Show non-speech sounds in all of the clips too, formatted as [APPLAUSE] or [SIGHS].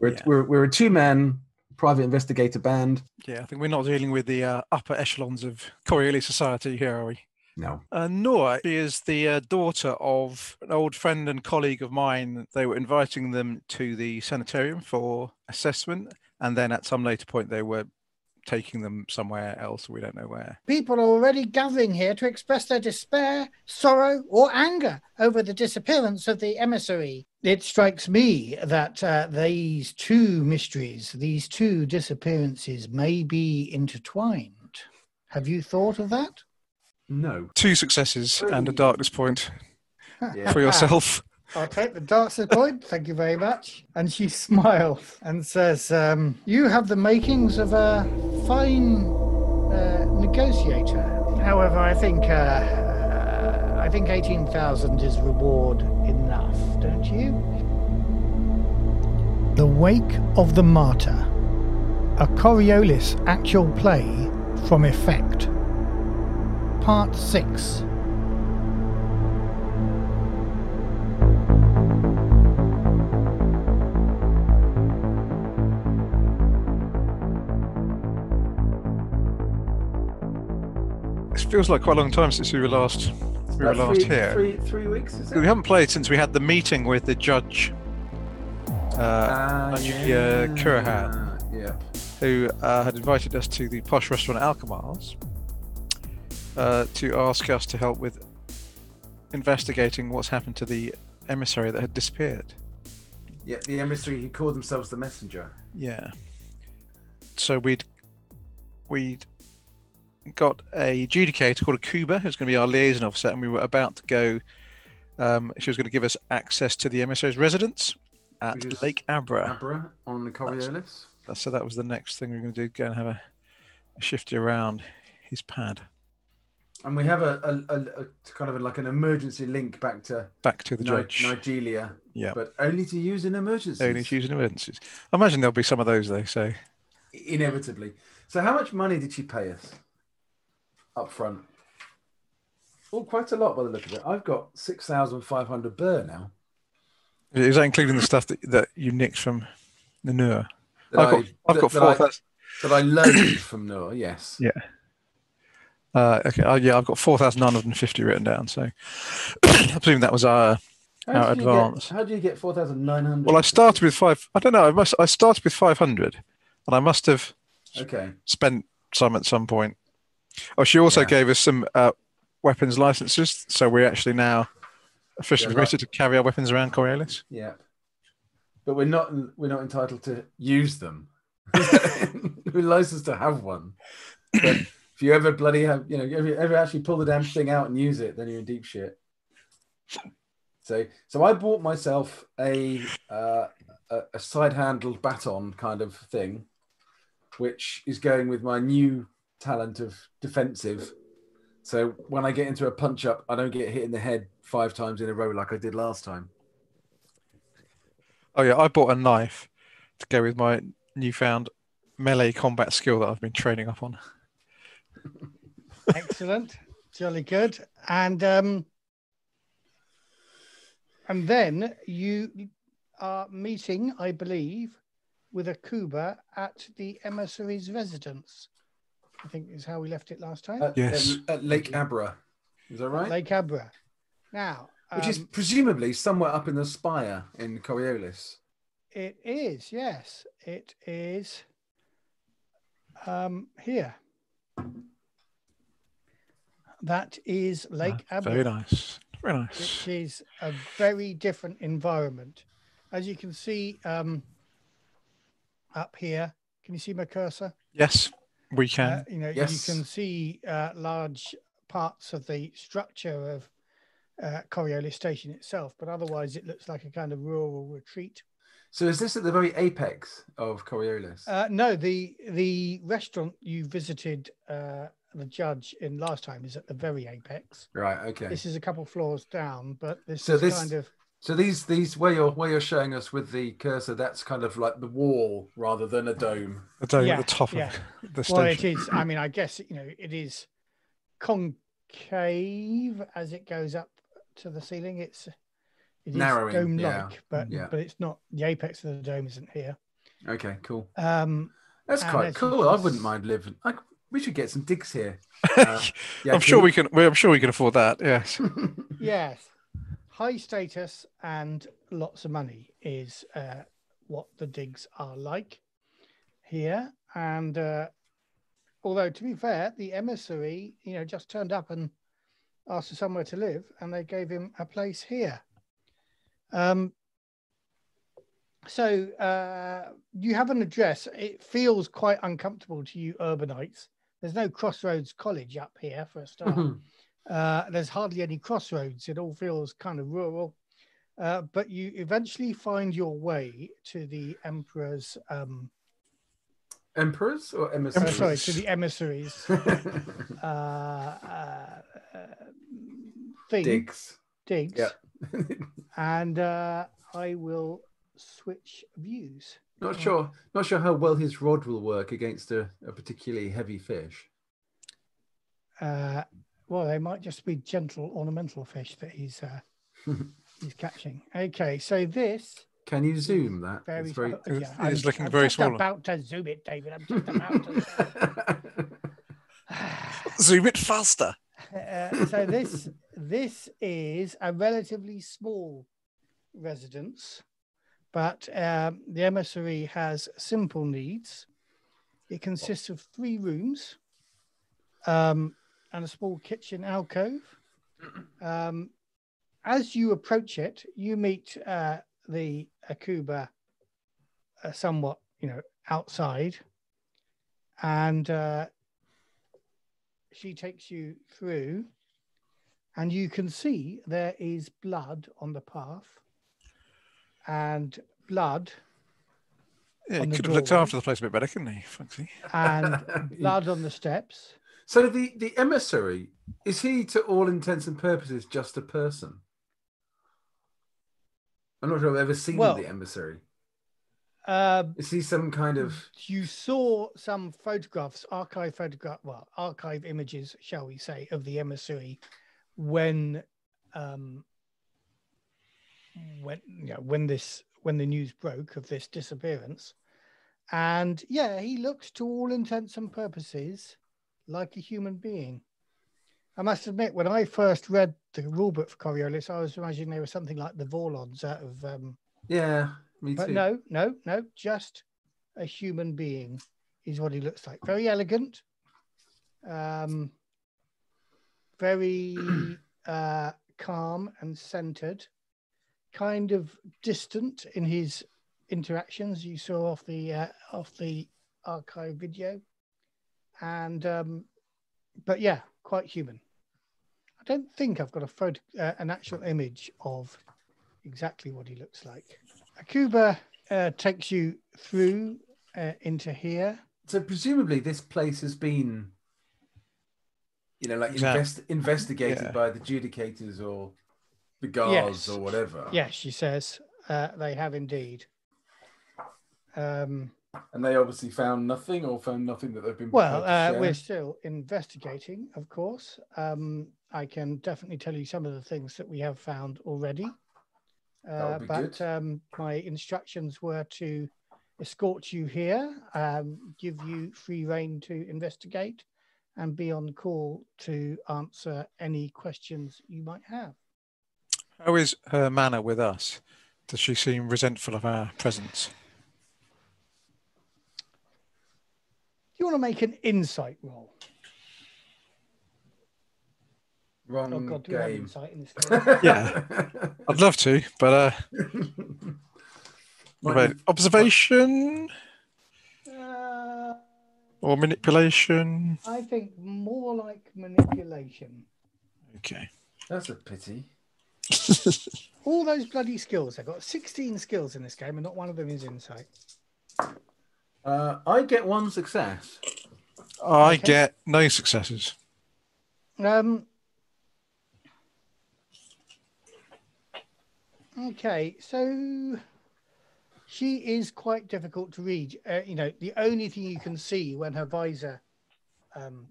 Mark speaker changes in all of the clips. Speaker 1: We're,
Speaker 2: Yeah.
Speaker 1: we're, we're a two man private investigator band.
Speaker 2: Yeah, I think we're not dealing with the uh, upper echelons of Coriolis society here, are we?
Speaker 1: No.
Speaker 2: Uh, Nora she is the uh, daughter of an old friend and colleague of mine. They were inviting them to the sanitarium for assessment, and then at some later point, they were taking them somewhere else. We don't know where.
Speaker 3: People are already gathering here to express their despair, sorrow, or anger over the disappearance of the emissary. It strikes me that uh, these two mysteries, these two disappearances, may be intertwined. Have you thought of that?
Speaker 1: No.
Speaker 2: Two successes and a darkness point
Speaker 1: Yeah.
Speaker 2: for yourself.
Speaker 3: I'll take the darkest point, thank you very much. And she [LAUGHS] smiles and says, um, You have the makings of a fine uh, negotiator. However, I think. Uh, I think 18,000 is reward enough, don't you? The Wake of the Martyr, a Coriolis actual play from Effect, Part 6.
Speaker 2: It feels like quite a long time since we were last we were
Speaker 1: About
Speaker 2: last here.
Speaker 1: Three, three weeks, is
Speaker 2: We haven't played since we had the meeting with the judge. Uh,
Speaker 1: Ah,
Speaker 2: Anjuki, uh, Kurahan.
Speaker 1: Yeah.
Speaker 2: who uh, had invited us to the posh restaurant Alkmaar's uh, to ask us to help with investigating what's happened to the emissary that had disappeared.
Speaker 1: Yeah, the emissary who called themselves the messenger.
Speaker 2: Yeah. So we'd we'd got a judicator called a Cuba who's going to be our liaison officer, and we were about to go. Um, she was going to give us access to the emissary's residence at
Speaker 1: Which is
Speaker 2: Lake Abra.
Speaker 1: Abra on the Coriolis.
Speaker 2: That- So that was the next thing we were going to do. Go and have a, a shifty around his pad
Speaker 1: And we have a, a, a, a kind of like an emergency link back to
Speaker 2: back to the
Speaker 1: Ni-
Speaker 2: judge.
Speaker 1: Nigeria,
Speaker 2: yeah,
Speaker 1: but only to use in emergencies.
Speaker 2: only if using emergencies. I imagine there'll be some of those though. So
Speaker 1: Inevitably. So, how much money did she pay us up front? Well, quite a lot by the look of it. I've got 6,500 burr now.
Speaker 2: is that including the stuff that, that you nicked from Nanua?
Speaker 1: that
Speaker 2: I've got,
Speaker 1: I-
Speaker 2: I've
Speaker 1: that-
Speaker 2: got four.
Speaker 1: that I-
Speaker 2: thousand-
Speaker 1: That I learned from Noor, yes.
Speaker 2: Yeah. Uh, okay, uh, yeah, I've got four thousand nine hundred and fifty written down. So [COUGHS] I presume that was our. How
Speaker 1: did you get-
Speaker 2: advanced.
Speaker 1: how do you get 4,900?
Speaker 2: Well, I started with five. I don't know. I must. I started with five hundred, and I must have
Speaker 1: Okay.
Speaker 2: spent some at some point. Oh, she also
Speaker 1: Yeah.
Speaker 2: gave us some uh, weapons licenses, so we're actually now officially
Speaker 1: Yeah, right.
Speaker 2: permitted to carry our weapons around Coriolis.
Speaker 1: Yeah. But we're not we're not entitled to use them. we're licensed to have one. But if you ever bloody have you know, if you ever actually pull the damn thing out and use it, then you're in deep shit. So so I bought myself a uh, a, a side handled baton kind of thing, which is going with my new talent of defensive. So when I get into a punch up, I don't get hit in the head five times in a row like I did last time.
Speaker 2: Oh yeah, I bought a knife to go with my newfound melee combat skill that I've been training up on.
Speaker 3: Excellent. Jolly good. And um and then you are meeting, I believe, with a Kuba at the emissary's residence. I think is how we left it last time.
Speaker 1: At, um,
Speaker 2: Yes.
Speaker 1: At, at Lake Abra. Is that right?
Speaker 3: Lake Abra. Now
Speaker 1: Which is
Speaker 3: um,
Speaker 1: presumably somewhere up in the spire in Coriolis.
Speaker 3: it is, yes. It is um here. That is Lake
Speaker 2: Ah,
Speaker 3: Abra.
Speaker 2: Very nice. Very nice.
Speaker 3: which is a very different environment. As you can see um, up here, can you see my cursor?
Speaker 2: Yes, we can.
Speaker 3: Uh, you know,
Speaker 1: Yes.
Speaker 3: you can see uh, large parts of the structure of uh, Coriolis Station itself, but otherwise it looks like a kind of rural retreat.
Speaker 1: So is this at the very apex of Coriolis?
Speaker 3: Uh, no, the the restaurant you visited uh, the judge in last time is at the very apex.
Speaker 1: right, okay.
Speaker 3: This is a couple floors down, but this
Speaker 1: So
Speaker 3: is
Speaker 1: this-
Speaker 3: kind of
Speaker 1: So these these where you're where you're showing us with the cursor, that's kind of like the wall rather than a dome.
Speaker 2: the dome
Speaker 3: yeah,
Speaker 2: at the top
Speaker 3: yeah.
Speaker 2: of [LAUGHS] the
Speaker 3: Well, it
Speaker 2: station.
Speaker 3: is. I mean, I guess you know it is concave as it goes up to the ceiling. It's it is
Speaker 1: Narrowing,
Speaker 3: dome-like,
Speaker 1: yeah,
Speaker 3: but
Speaker 1: yeah.
Speaker 3: but it's not. The apex of the dome isn't here.
Speaker 1: Okay, cool.
Speaker 3: Um,
Speaker 1: That's
Speaker 3: And
Speaker 1: quite
Speaker 3: it's
Speaker 1: cool. I
Speaker 3: just-
Speaker 1: wouldn't mind living. I, we should get some digs here.
Speaker 2: [LAUGHS]
Speaker 1: Uh,
Speaker 2: I'm sure we can. well, I'm sure we can afford that. Yes.
Speaker 3: yes, high status and lots of money is uh, what the digs are like here. And uh, although, to be fair, the emissary, you know, just turned up and asked for somewhere to live, and they gave him a place here. Um, so uh, you have an address. It feels quite uncomfortable to you, urbanites. There's no Crossroads College up here for a start. Uh, there's hardly any crossroads. It all feels kind of rural. Uh, but you eventually find your way to the emperor's, um,
Speaker 1: [LAUGHS] Emperors or
Speaker 3: oh,
Speaker 1: emissaries?
Speaker 3: sorry, to the
Speaker 1: [LAUGHS]
Speaker 3: emissaries
Speaker 1: the
Speaker 3: uh, uh, thing,
Speaker 1: digs.
Speaker 3: digs.
Speaker 1: Yeah.
Speaker 3: [LAUGHS] And uh, I will switch views.
Speaker 1: Not sure. Not sure how well his rod will work against a, a particularly heavy fish.
Speaker 3: Uh, well, they might just be gentle ornamental fish that
Speaker 1: [LAUGHS]
Speaker 3: he's uh, he's catching. Okay, so this
Speaker 1: Can you zoom that?
Speaker 3: very,
Speaker 1: It's very.
Speaker 3: small- yeah,
Speaker 2: It
Speaker 3: I'm-
Speaker 2: is looking
Speaker 3: I'm
Speaker 2: very
Speaker 3: just
Speaker 2: small.
Speaker 3: About to zoom it, David. I'm just about to.
Speaker 2: [LAUGHS] [LAUGHS] Zoom it faster.
Speaker 3: [SIGHS] Uh, so this this is a relatively small residence, but um, the emissary has simple needs. It consists of three rooms um, and a small kitchen alcove. Um, as you approach it, you meet uh, the Akuba uh, somewhat, you know, outside, and uh, she takes you through, and you can see there is blood on the path, and blood
Speaker 2: Yeah,
Speaker 3: On
Speaker 2: he
Speaker 3: the
Speaker 2: could have looked
Speaker 3: doorway.
Speaker 2: after the place a bit better, couldn't he? Foxy?
Speaker 1: [LAUGHS]
Speaker 3: and [LAUGHS] blood on the steps.
Speaker 1: so the the emissary is he to all intents and purposes just a person? I'm not sure I've ever seen
Speaker 3: Well-
Speaker 1: the emissary.
Speaker 3: Uh,
Speaker 1: Is he some kind of?
Speaker 3: you saw some photographs, archive photograph, well, archive images, shall we say, of the emissary when, um, when you know, when this when the news broke of this disappearance, and yeah, he looks to all intents and purposes like a human being. I must admit, when I first read the rulebook for Coriolis, I was imagining they were something like the Vorlons out of um,
Speaker 1: Yeah, me
Speaker 3: but
Speaker 1: too.
Speaker 3: no, no, no, just a human being is what he looks like. Very elegant, um,
Speaker 1: [CLEARS THROAT]
Speaker 3: very uh, calm and centered, kind of distant in his interactions. You saw off the uh, off the archive video, and um, but yeah, quite human. I don't think I've got a photo, uh, an actual image of exactly what he looks like. Akuba uh, takes you through uh, into here.
Speaker 1: So presumably this place has been, you know, like
Speaker 2: Exam-
Speaker 1: invest, investigated
Speaker 2: Yeah.
Speaker 1: by the judicators or the guards
Speaker 3: Yes.
Speaker 1: or whatever.
Speaker 3: Yes, she says uh, they have indeed. Um,
Speaker 1: And they obviously found nothing or found nothing that they've been.
Speaker 3: well,
Speaker 1: prepared
Speaker 3: uh,
Speaker 1: to
Speaker 3: we're
Speaker 1: share.
Speaker 3: still investigating, of course. Um, I can definitely tell you some of the things that we have found already. Uh,
Speaker 1: That would be
Speaker 3: but
Speaker 1: good.
Speaker 3: um, my instructions were to escort you here, um, give you free reign to investigate, and be on call to answer any questions you might have.
Speaker 2: How is her manner with us? Does she seem resentful of our presence?
Speaker 3: Do you want to make an insight roll?
Speaker 1: wrong
Speaker 3: Oh God, do we have
Speaker 1: game. [LAUGHS]
Speaker 3: insight in this game?
Speaker 2: Yeah. I'd love to, but uh, [LAUGHS] what
Speaker 1: Might
Speaker 2: about observation
Speaker 3: uh,
Speaker 2: or manipulation?
Speaker 3: I think more like manipulation.
Speaker 2: Okay.
Speaker 1: That's a pity.
Speaker 3: All those bloody skills. I've got 16 skills in this game, and not one of them is insight.
Speaker 1: Uh, I get one success.
Speaker 2: I
Speaker 3: Okay.
Speaker 2: get no successes.
Speaker 3: Um, okay, so she is quite difficult to read. Uh, you know, the only thing you can see when her visor um,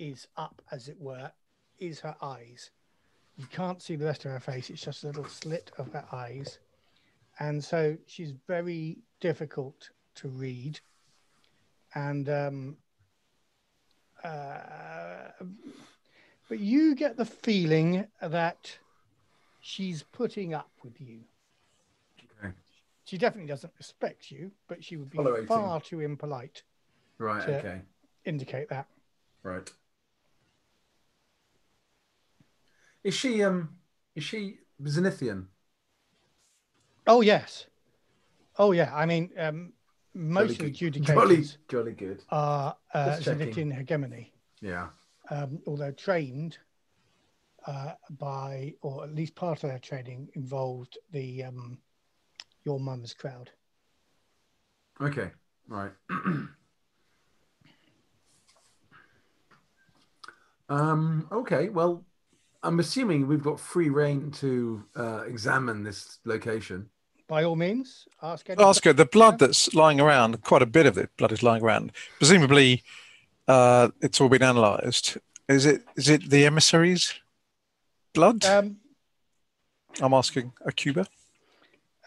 Speaker 3: is up, as it were, is her eyes. You can't see the rest of her face, it's just a little slit of her eyes. And so she's very difficult to read, and um, uh, but you get the feeling that she's putting up with you.
Speaker 1: Okay.
Speaker 3: She definitely doesn't respect you, but she would be
Speaker 1: Tolerating.
Speaker 3: far too impolite
Speaker 1: Right.
Speaker 3: Yeah.
Speaker 1: Okay.
Speaker 3: to indicate that.
Speaker 1: Right. Is she um? Is she Zenithian?
Speaker 3: Oh yes, oh yeah. I mean, um, most
Speaker 1: Jolly
Speaker 3: of the
Speaker 1: good. Jolly,
Speaker 3: adjudicators
Speaker 1: jolly good.
Speaker 3: are uh,
Speaker 1: Just checking.
Speaker 3: Zenithian hegemony.
Speaker 1: Yeah.
Speaker 3: um, although trained uh, by, or at least part of their training involved the um, your mum's crowd.
Speaker 1: Okay. Right. [CLEARS THROAT] um. Okay. Well, I'm assuming we've got free reign to uh, examine this location.
Speaker 3: By all means, ask. any-
Speaker 2: Oscar, the blood that's lying around, quite a bit of the blood is lying around. Presumably, uh, it's all been analysed. Is it? Is it the emissaries' blood?
Speaker 3: Um,
Speaker 2: I'm asking Akuba.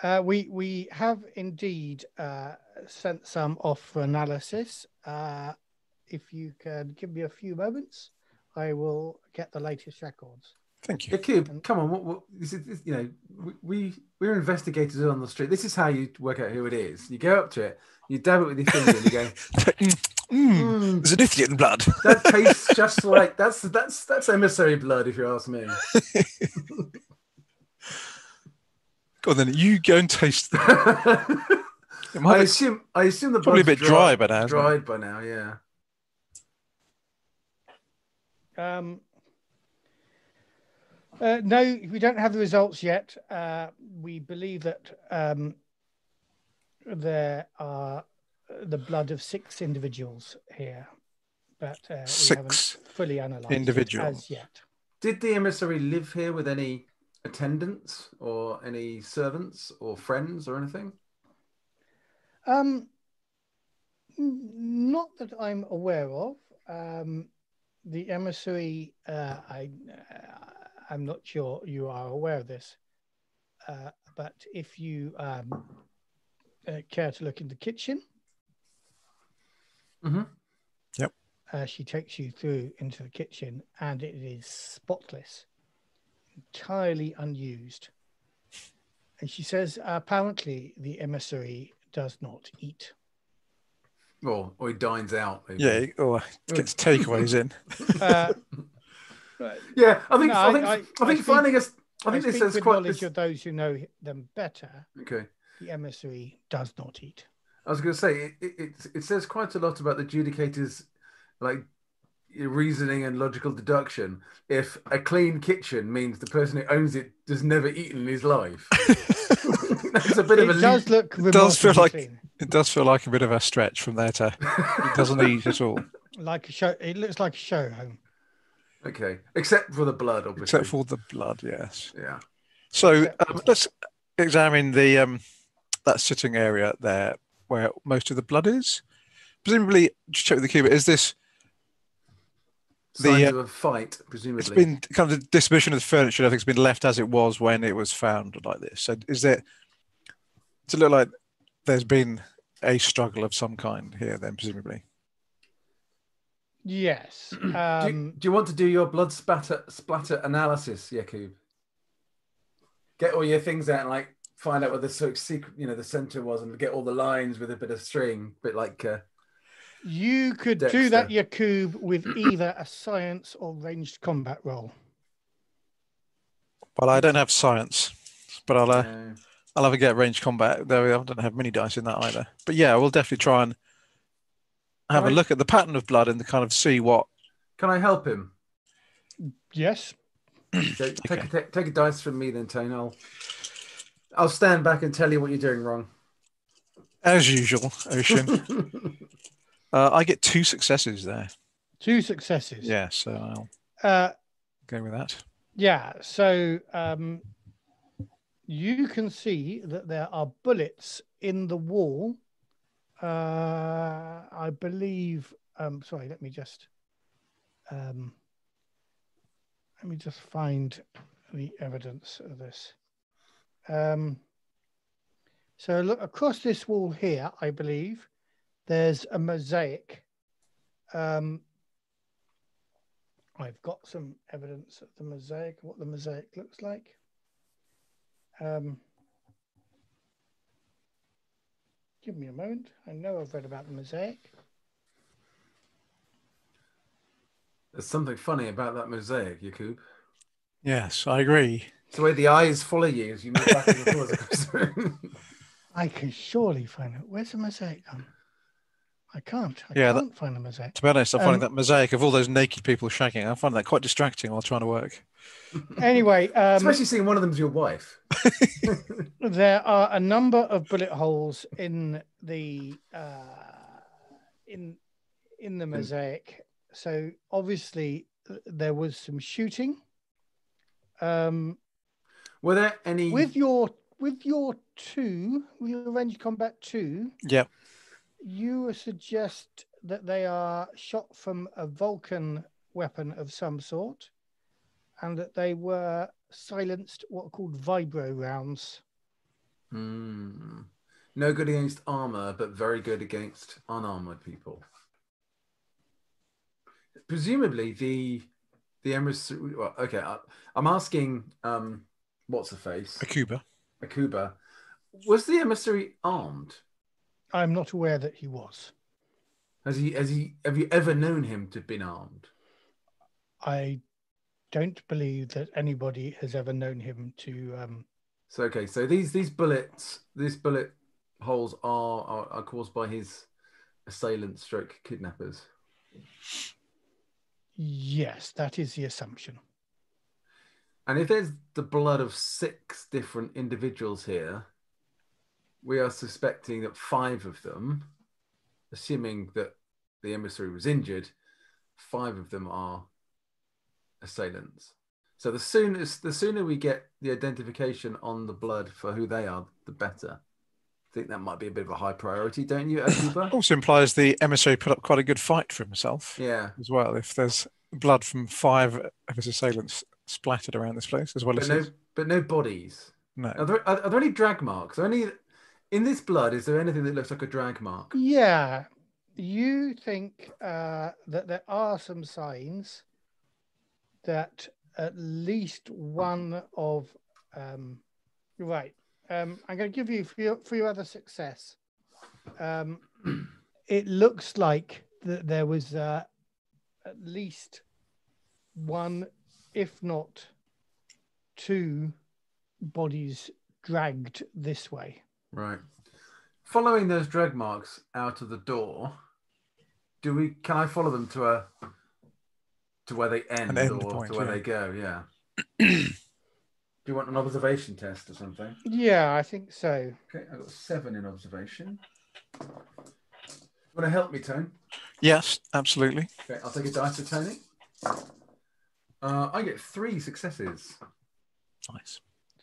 Speaker 3: uh, we we have indeed uh, sent some off for analysis. Uh, if you can give me a few moments, I will get the latest records.
Speaker 2: Thank
Speaker 1: Yeah,
Speaker 2: you.
Speaker 1: Cube, come on. What, what this is? This, you know, we, we we're investigators on the street. This is how you work out who it is. You go up to it, you dab it with your finger, and you go,
Speaker 2: [LAUGHS] Mm,
Speaker 1: "Hmm,
Speaker 2: Zenithian blood.
Speaker 1: "That tastes just like that's that's that's emissary blood." If you ask me, [LAUGHS]
Speaker 2: Go on, then you go and taste. Them.
Speaker 1: I
Speaker 2: It might be
Speaker 1: assume I assume the
Speaker 2: probably a
Speaker 1: blood's
Speaker 2: bit dry, by now. isn't it?
Speaker 1: dried by now. Yeah.
Speaker 3: Um, uh, no, we don't have the results yet. Uh, we believe that um, there are uh, the blood of six individuals here, but uh, we haven't
Speaker 2: Six.
Speaker 3: fully analysed it
Speaker 2: individuals.
Speaker 3: as yet.
Speaker 1: Did the emissary live here with any attendants or any servants or friends or anything?
Speaker 3: Um, n- not that I'm aware of. Um, the emissary, uh, I, uh, I'm not sure you are aware of this, uh, but if you um, uh, care to look in the kitchen, Mm-hmm.
Speaker 1: Mhm.
Speaker 2: Yep.
Speaker 3: uh, she takes you through into the kitchen, and it is spotless, entirely unused. And she says, apparently, the emissary does not eat.
Speaker 1: Or or he dines out. maybe.
Speaker 2: Yeah, or gets takeaways in. [LAUGHS]
Speaker 3: Uh,
Speaker 1: Yeah. I think
Speaker 3: No,
Speaker 1: I
Speaker 3: I-
Speaker 1: think I,
Speaker 3: I- I
Speaker 1: think
Speaker 3: speak-
Speaker 1: finding us. I
Speaker 3: I
Speaker 1: think this
Speaker 3: speak
Speaker 1: is
Speaker 3: with
Speaker 1: quite.
Speaker 3: knowledge
Speaker 1: This,
Speaker 3: of those who know them better.
Speaker 1: okay.
Speaker 3: The emissary does not eat.
Speaker 1: I was going to say it, it, it- it says quite a lot about the judicators, like reasoning and logical deduction. If a clean kitchen means the person who owns it has never eaten in his life, [LAUGHS] that's a bit
Speaker 3: It
Speaker 1: of a
Speaker 3: does
Speaker 1: [LAUGHS] leap.
Speaker 3: look
Speaker 2: It does feel
Speaker 3: remarkably
Speaker 2: like-
Speaker 3: clean,
Speaker 2: It does feel like a bit of a stretch from there to it doesn't eat at all,
Speaker 3: like a show. It looks like a show home.
Speaker 1: okay, except for the blood, obviously.
Speaker 2: except for the blood. Yes.
Speaker 1: yeah,
Speaker 2: So
Speaker 3: Except-
Speaker 2: um, let's examine the um, that sitting area there where most of the blood is. Presumably, just check with the cube. Is this The,
Speaker 1: signs
Speaker 2: uh,
Speaker 1: of a fight,
Speaker 2: it's
Speaker 1: presumably.
Speaker 2: been kind of the distribution of the furniture? I think has been left as it was when it was found, like this. So is there? Does it look like there's been a struggle of some kind here? Then presumably,
Speaker 3: Yes.
Speaker 1: [CLEARS THROAT] do, you,
Speaker 3: Um,
Speaker 1: do you want to do your blood spatter splatter analysis, Yakub? Get all your things out and like find out what the sort of secret, you know, the center was, and get all the lines with a bit of string, bit like. Uh,
Speaker 3: you could
Speaker 1: Dexter.
Speaker 3: do that, Yakub, with either a science or ranged combat role.
Speaker 2: well, I don't have science, but I'll uh,
Speaker 1: uh,
Speaker 2: I'll have a get at range combat. Though I don't have mini dice in that either. But yeah, we'll definitely try and have
Speaker 1: Right.
Speaker 2: a look at the pattern of blood and kind of see what.
Speaker 1: Can I help him?
Speaker 3: Yes.
Speaker 2: [CLEARS THROAT]
Speaker 1: Go- take, a, take, take a dice from me then, Tone. I'll, I'll stand back and tell you what you're doing wrong.
Speaker 2: As usual, Ocean. uh, I get two successes there.
Speaker 3: Two successes.
Speaker 2: Yeah, so I'll
Speaker 3: Uh,
Speaker 2: go with that.
Speaker 3: Yeah, so um, you can see that there are bullets in the wall. Uh, I believe. Um, sorry, let me just. Um, let me just find the evidence of this. Um, So look across this wall here, I believe, there's a mosaic. Um, I've got some evidence of the mosaic, what the mosaic looks like. Um, give me a moment. I know I've read about the mosaic.
Speaker 1: There's something funny about that mosaic, Yakub.
Speaker 2: Yes, I agree.
Speaker 1: It's the way the eyes follow you as you move back and forth across the
Speaker 2: [LAUGHS]
Speaker 1: room.
Speaker 3: I can surely find out. Where's the mosaic gone? I can't. I
Speaker 2: Yeah, that-
Speaker 3: can't find the mosaic.
Speaker 2: To be honest, I'm finding
Speaker 3: Um,
Speaker 2: that mosaic of all those naked people shagging. I find that quite distracting while trying to work.
Speaker 3: Anyway, um,
Speaker 1: Especially seeing one of them's your wife.
Speaker 3: there are a number of bullet holes in the uh, in in the mosaic. So obviously th- there was some shooting. Um,
Speaker 1: Were there any
Speaker 3: with your with your two, with your ranged combat two,
Speaker 2: Yep.
Speaker 3: you suggest that they are shot from a Vulcan weapon of some sort, and that they were silenced what are called vibro rounds.
Speaker 1: Hmm. no good against armor, but very good against unarmored people? Presumably, the the emissary. Well, okay, I, I'm asking. Um, what's the face?
Speaker 2: A Cuba.
Speaker 1: Akuba. Was the emissary armed?
Speaker 3: I'm not aware that he was.
Speaker 1: Has he? Has he? Have you ever known him to have been armed?
Speaker 3: I don't believe that anybody has ever known him to. Um,
Speaker 1: So okay, so these these bullets, these bullet holes are are, are caused by his assailant stroke kidnappers.
Speaker 3: yes, that is the assumption.
Speaker 1: And if there's the blood of six different individuals here, we are suspecting that five of them, assuming that the emissary was injured, five of them are assailants. So the sooner the sooner we get the identification on the blood for who they are, the better. I think that might be a bit of a high priority, don't you,
Speaker 2: [LAUGHS]
Speaker 1: Akuba?
Speaker 2: Also implies the emissary put up quite a good fight for himself
Speaker 1: yeah.
Speaker 2: as well. If there's blood from five of his assailants splattered around this place, as well
Speaker 1: But
Speaker 2: as
Speaker 1: no,
Speaker 2: his-
Speaker 1: but no bodies.
Speaker 2: no.
Speaker 1: Are there, are, are there any drag marks? Are there any in this blood? Is there anything that looks like a drag mark?
Speaker 3: Yeah, you think uh, that there are some signs that at least one of. Um, right, um, I'm going to give you for your, for your other success. Um, [CLEARS THROAT] it looks like that there was uh, at least one, if not two, bodies dragged this way.
Speaker 1: Right. Following those drag marks out of the door, do we? Can I follow them to a to where they end,
Speaker 2: end
Speaker 1: or
Speaker 2: point,
Speaker 1: to where
Speaker 2: yeah.
Speaker 1: they go?
Speaker 2: [CLEARS THROAT]
Speaker 1: Yeah. do you want an observation test or something?
Speaker 3: Yeah, I think so.
Speaker 1: Okay, I got seven in observation. Want to help me, Tony?
Speaker 2: Yes, absolutely.
Speaker 1: Okay, I'll take a dice for Tony. Uh, I get three successes.
Speaker 2: Nice.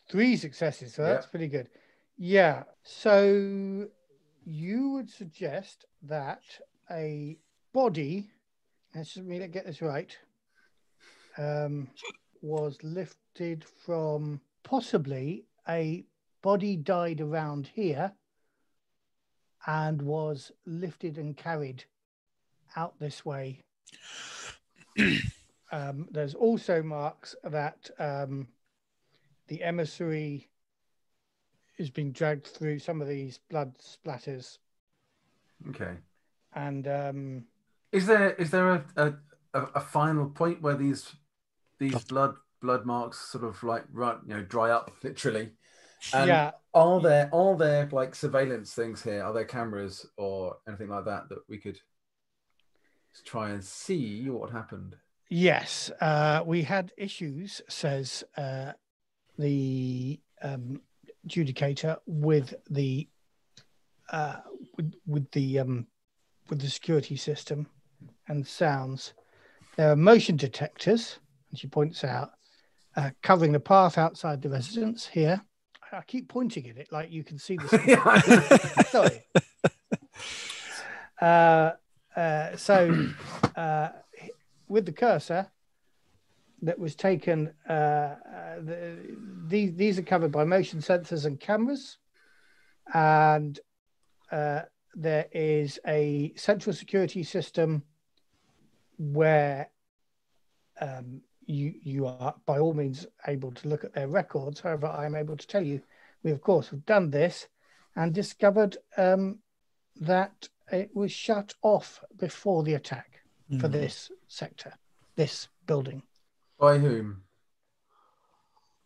Speaker 3: Three successes, so
Speaker 1: Yeah.
Speaker 3: that's pretty good. Yeah. So you would suggest that a body, let's just me to get this right, um, was lifted from possibly a body died around here and was lifted and carried out this way. um, there's also marks that um, the emissary is being dragged through some of these blood splatters
Speaker 1: Okay.
Speaker 3: and um
Speaker 1: Is there is there a, a, a a final point where these these blood blood marks sort of like run you know dry up literally? And
Speaker 3: yeah
Speaker 1: Are there are there like surveillance things here? Are there cameras or anything like that that we could just try and see what happened? [LAUGHS]
Speaker 3: yes uh we had issues says uh the um judicator with the uh with, with the um with the security system and sounds there are motion detectors and she points out uh, covering the path outside the residence here i I keep pointing at it like you can see the
Speaker 1: [LAUGHS]
Speaker 3: Sorry. Uh, uh, so, uh, with the cursor that was taken, uh, uh, the, these, these are covered by motion sensors and cameras. and uh, there is a central security system where um, you you are by all means able to look at their records. However, I am able to tell you we of course have done this and discovered um, that it was shut off before the attack for
Speaker 2: Hmm.
Speaker 3: this sector, this building.
Speaker 1: By whom?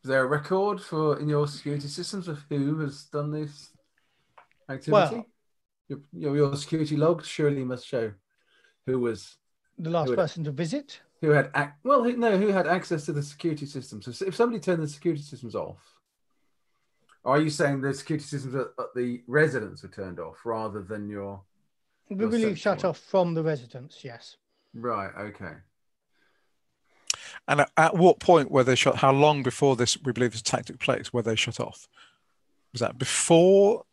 Speaker 1: Is there a record for in your security systems of who has done this activity?
Speaker 3: Well-
Speaker 1: your, your, your security log surely must show who was
Speaker 3: The last
Speaker 1: Who-
Speaker 3: person to visit.
Speaker 1: who had ac- well who, no who had access to the security system. So if somebody turned the security systems off, are you saying the security systems at, at the residence were turned off rather than your
Speaker 3: We
Speaker 1: Your
Speaker 3: believe shut
Speaker 1: central.
Speaker 3: off from the residence, yes.
Speaker 1: right? Okay,
Speaker 2: And at, at what point were they shut? How long before this, we believe, this attack took place, were they shut off? Was that before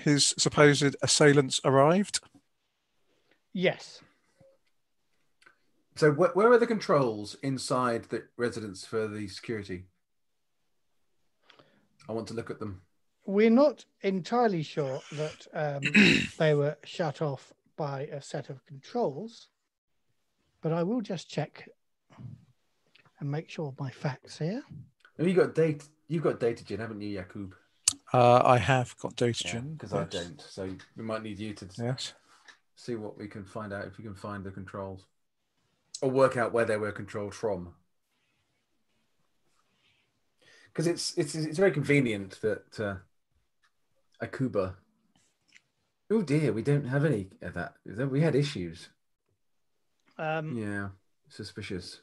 Speaker 2: his supposed assailants arrived?
Speaker 3: Yes.
Speaker 1: so wh- where are the controls inside the residence for the security? I want to look at them.
Speaker 3: We're not entirely sure that um, they were shut off by a set of controls, but I will just check and make sure of my facts here.
Speaker 1: Have you got date? You've got data gen, haven't you, Yakub?
Speaker 2: Uh, I have got data gen.
Speaker 1: Because
Speaker 2: yes.
Speaker 1: I don't. So we might need you to
Speaker 2: Yes.
Speaker 1: see what we can find out if you can find the controls or work out where they were controlled from because it's it's it's very convenient that uh, akuba oh dear we don't have any of that we had issues
Speaker 3: Um,
Speaker 1: yeah suspicious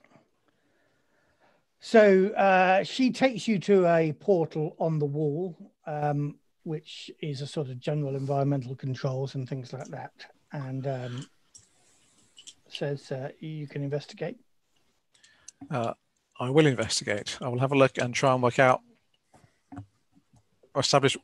Speaker 3: So uh, she takes you to a portal on the wall, um, which is a sort of general environmental controls and things like that, and um, says uh, you can investigate.
Speaker 2: Uh, I will investigate. I will have a look and try and work out, or establish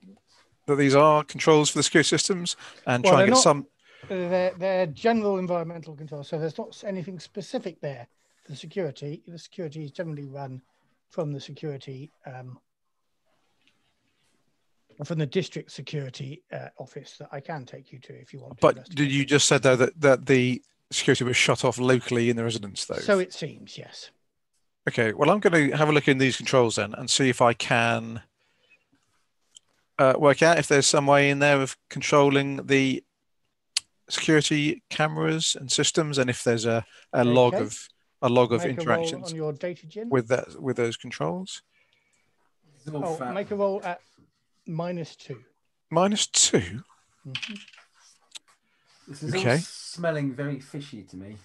Speaker 2: that these are controls for the security systems and try
Speaker 3: Well,
Speaker 2: and
Speaker 3: they're
Speaker 2: get
Speaker 3: not-
Speaker 2: some.
Speaker 3: They're, they're general environmental controls, so there's not anything specific there for security. The security is generally run from the security, um, from the district security uh, office that I can take you to if you want. To
Speaker 2: But
Speaker 3: investigate.
Speaker 2: did you just said though that, that the security was shut off locally in the residence though?
Speaker 3: So it seems, yes.
Speaker 2: Okay, well, I'm going to have a look in these controls then and see if I can uh, work out if there's some way in there of controlling the security cameras and systems, and if there's a, a log
Speaker 3: Okay.
Speaker 2: of a log of
Speaker 3: Make a roll
Speaker 2: interactions
Speaker 3: on your data gen.
Speaker 2: with that with those controls.
Speaker 1: It's all
Speaker 3: oh,
Speaker 1: fat.
Speaker 3: make a roll at minus two.
Speaker 2: Minus two.
Speaker 1: this is all
Speaker 2: okay.
Speaker 1: smelling very fishy to me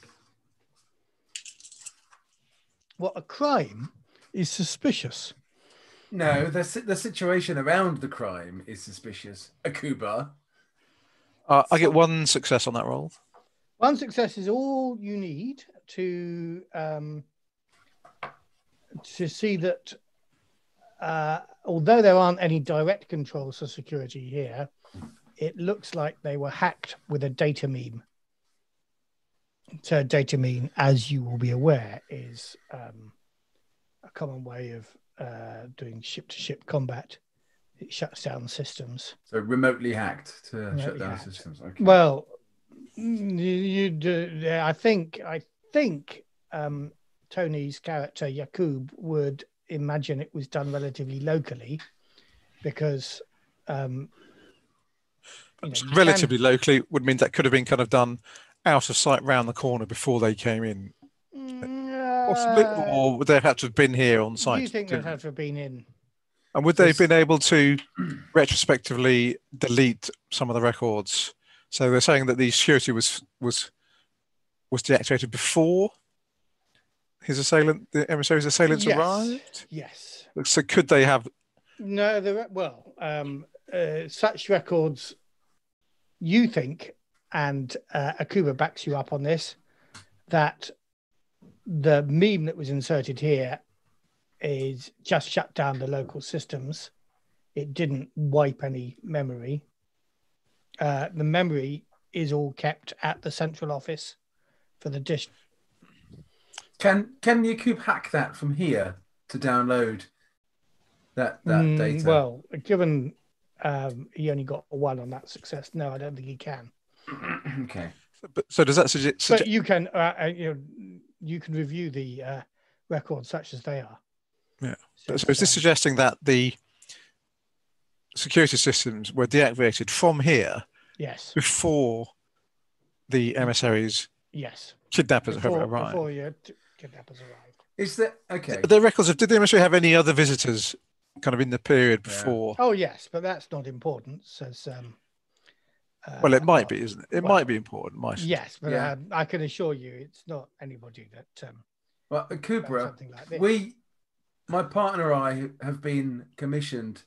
Speaker 3: What a crime is suspicious.
Speaker 1: no the, si- the situation around the crime is suspicious akuba
Speaker 2: Uh, I get one success on that roll.
Speaker 3: One success is all you need to um, to see that. Uh, although there aren't any direct controls for security here, it looks like they were hacked with a data meme. So, a data meme, as you will be aware, is um, a common way of uh, doing ship-to-ship combat. It shuts down systems.
Speaker 1: so remotely hacked to shut
Speaker 3: Remotely
Speaker 1: down
Speaker 3: hacked.
Speaker 1: systems okay
Speaker 3: Well, mm, you, you do. yeah, I think I think um, Tony's character Yakub would imagine it was done relatively locally, because um, you know, you can-
Speaker 2: Relatively locally would mean that could have been kind of done out of sight round the corner before they came in,
Speaker 3: Mm,
Speaker 2: possibly,
Speaker 3: uh,
Speaker 2: or would they have had to have been here on
Speaker 3: do
Speaker 2: site?
Speaker 3: you think
Speaker 2: to-
Speaker 3: they'd have to have been in?
Speaker 2: And would they have
Speaker 1: Yes.
Speaker 2: been able to retrospectively delete some of the records? So they're saying that the security was was was deactivated before his assailant, the emissary's assailants
Speaker 3: Yes.
Speaker 2: arrived.
Speaker 3: Yes.
Speaker 2: So could they have?
Speaker 3: No, the re- well, um, uh, such records, you think, and uh, Akuba backs you up on this, that the meme that was inserted here is just shut down the local systems. It didn't wipe any memory. Uh, the memory is all kept at the central office for the dish.
Speaker 1: Can can Yakub hack that from here to download that that
Speaker 3: Mm,
Speaker 1: data?
Speaker 3: Well, given um, he only got a one on that success. No, I don't think he can.
Speaker 1: [CLEARS THROAT] okay.
Speaker 2: But, so does that suggest?
Speaker 3: But you can, uh, uh, you know, you can review the uh, records such as they are. um,
Speaker 2: Yeah. so is this suggesting that the security systems were deactivated from here
Speaker 3: yes,
Speaker 2: before the emissaries,
Speaker 3: yes.
Speaker 2: kidnappers, whoever
Speaker 3: Before,
Speaker 2: arrived?
Speaker 3: before your t- kidnappers arrived.
Speaker 1: Is that okay?
Speaker 2: Are there records of did the emissary have any other visitors, kind of in the period
Speaker 1: Yeah.
Speaker 2: before?
Speaker 3: Oh yes, but that's not important. Says. Um, uh,
Speaker 2: Well, it might be, isn't it? It
Speaker 3: well-
Speaker 2: might be important. Might. it?
Speaker 3: Yes, but
Speaker 1: Yeah.
Speaker 3: um, I can assure you, it's not anybody that um,
Speaker 1: Well, uh,
Speaker 3: done
Speaker 1: Kubra,
Speaker 3: something like this.
Speaker 1: we, my partner and I have been commissioned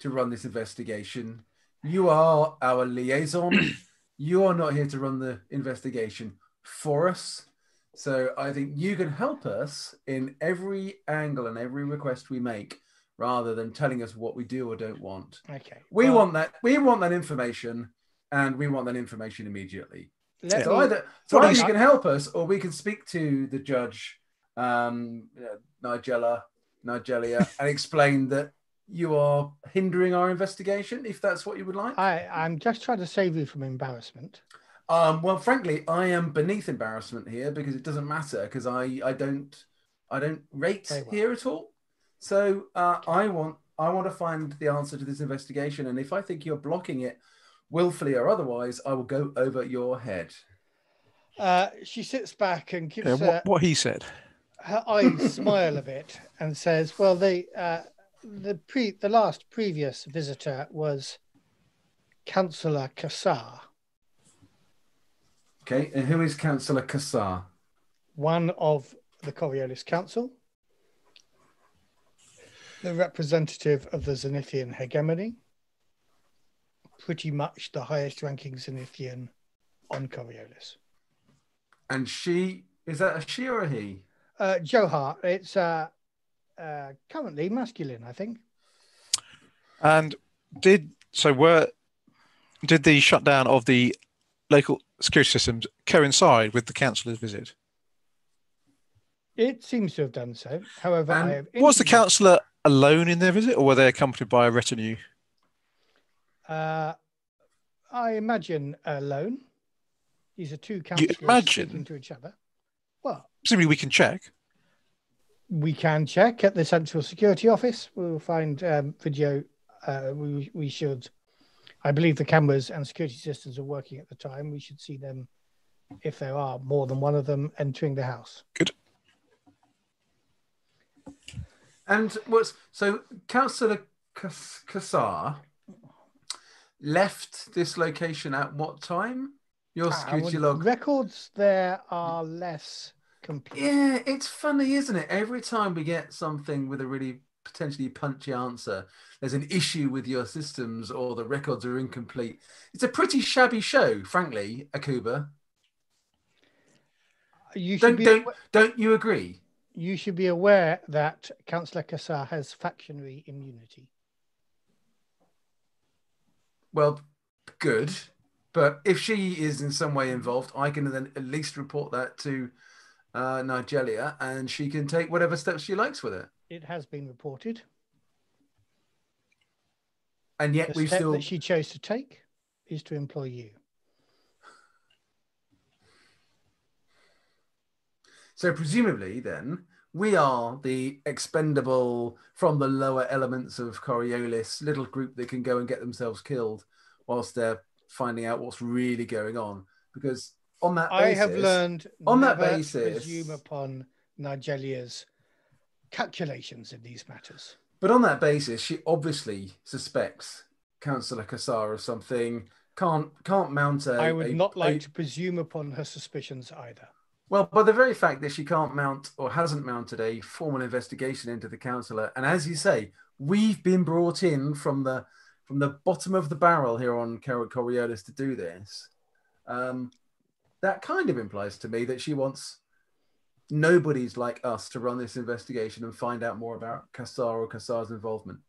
Speaker 1: to run this investigation. You are our liaison. [CLEARS THROAT] you are not here to run the investigation for us. So I think you can help us in every angle and every request we make rather than telling us what we do or don't want.
Speaker 3: okay.
Speaker 1: We
Speaker 3: well,
Speaker 1: want that we want that information and we want that information immediately.
Speaker 3: let
Speaker 1: So
Speaker 3: me-
Speaker 1: either, so
Speaker 3: Well,
Speaker 1: either you
Speaker 3: I-
Speaker 1: can help us, or we can speak to the judge, um, uh, Nigella, Nigelia, and explain that you are hindering our investigation, if that's what you would like.
Speaker 3: I, I'm just trying to save you from embarrassment.
Speaker 1: Um, well, frankly, I am beneath embarrassment here because it doesn't matter because I, I don't I don't rate
Speaker 3: Very well.
Speaker 1: here at all. So uh, I want I want to find the answer to this investigation, and if I think you're blocking it willfully or otherwise, I will go over your head.
Speaker 3: Uh, she sits back and gives
Speaker 2: Yeah,
Speaker 1: uh,
Speaker 3: her,
Speaker 2: what, what he said.
Speaker 3: her eyes smile a bit and says, "Well, the uh, the pre the last previous visitor was Councillor Kassar,
Speaker 1: Okay, and who is Councillor Kassar?
Speaker 3: one of the Coriolis Council, the representative of the Zenithian hegemony, pretty much the highest-ranking Zenithian on Coriolis."
Speaker 1: And she is that a she or a he?
Speaker 3: Uh, Johar, it's uh, uh, currently masculine, I think.
Speaker 2: And did so were did the shutdown of the local security systems coincide with the councillor's visit?
Speaker 3: It seems to have done so. However,
Speaker 1: And
Speaker 3: I have
Speaker 2: Was the
Speaker 3: interviewed-
Speaker 2: councillor alone in their visit, or were they accompanied by a retinue?
Speaker 3: Uh, I imagine alone. These are two
Speaker 2: You
Speaker 3: councillors
Speaker 2: imagine?
Speaker 3: speaking to each other. Well,
Speaker 2: Presumably, we can check.
Speaker 3: we can check at the Central Security Office. We will find um, video. Uh, we we should. I believe the cameras and security systems are working at the time. We should see them if there are more than one of them entering the house.
Speaker 1: And what's so Councillor Kas- Kassar left this location at what time? Your
Speaker 3: Ah,
Speaker 1: security
Speaker 3: well,
Speaker 1: log.
Speaker 3: Records there are less complete.
Speaker 1: Yeah, it's funny, isn't it? Every time we get something with a really potentially punchy answer, there's an issue with your systems or the records are incomplete. It's a pretty shabby show, frankly, Akuba.
Speaker 3: You should
Speaker 1: Don't
Speaker 3: be
Speaker 1: don't don't you agree?
Speaker 3: you should be aware that Councillor Kassar has factionary immunity.
Speaker 1: Well, good. But if she is in some way involved, I can then at least report that to uh, Nigelia and she can take whatever steps she likes with it.
Speaker 3: It has been reported.
Speaker 1: And yet
Speaker 3: The
Speaker 1: we've
Speaker 3: step
Speaker 1: still.
Speaker 3: that she chose to take is to employ you.
Speaker 1: So presumably, then, we are the expendable from the lower elements of Coriolis little group that can go and get themselves killed whilst they're finding out what's really going on. Because on that
Speaker 3: I
Speaker 1: basis,
Speaker 3: have learned
Speaker 1: on that
Speaker 3: never
Speaker 1: basis-
Speaker 3: presume upon Nigelia's calculations in these matters.
Speaker 1: But on that basis, she obviously suspects Councillor Kassar of something. Can't can't mount a.
Speaker 3: I would
Speaker 1: Uh, a-
Speaker 3: not like
Speaker 1: a-
Speaker 3: to presume upon her suspicions either.
Speaker 1: well, by the very fact that she can't mount or hasn't mounted a formal investigation into the councillor, and as you say, we've been brought in from the from the bottom of the barrel here on Carrot Coriolis to do this. Um, that kind of implies to me that she wants nobody's like us to run this investigation and find out more about Kassar or Kassar's involvement.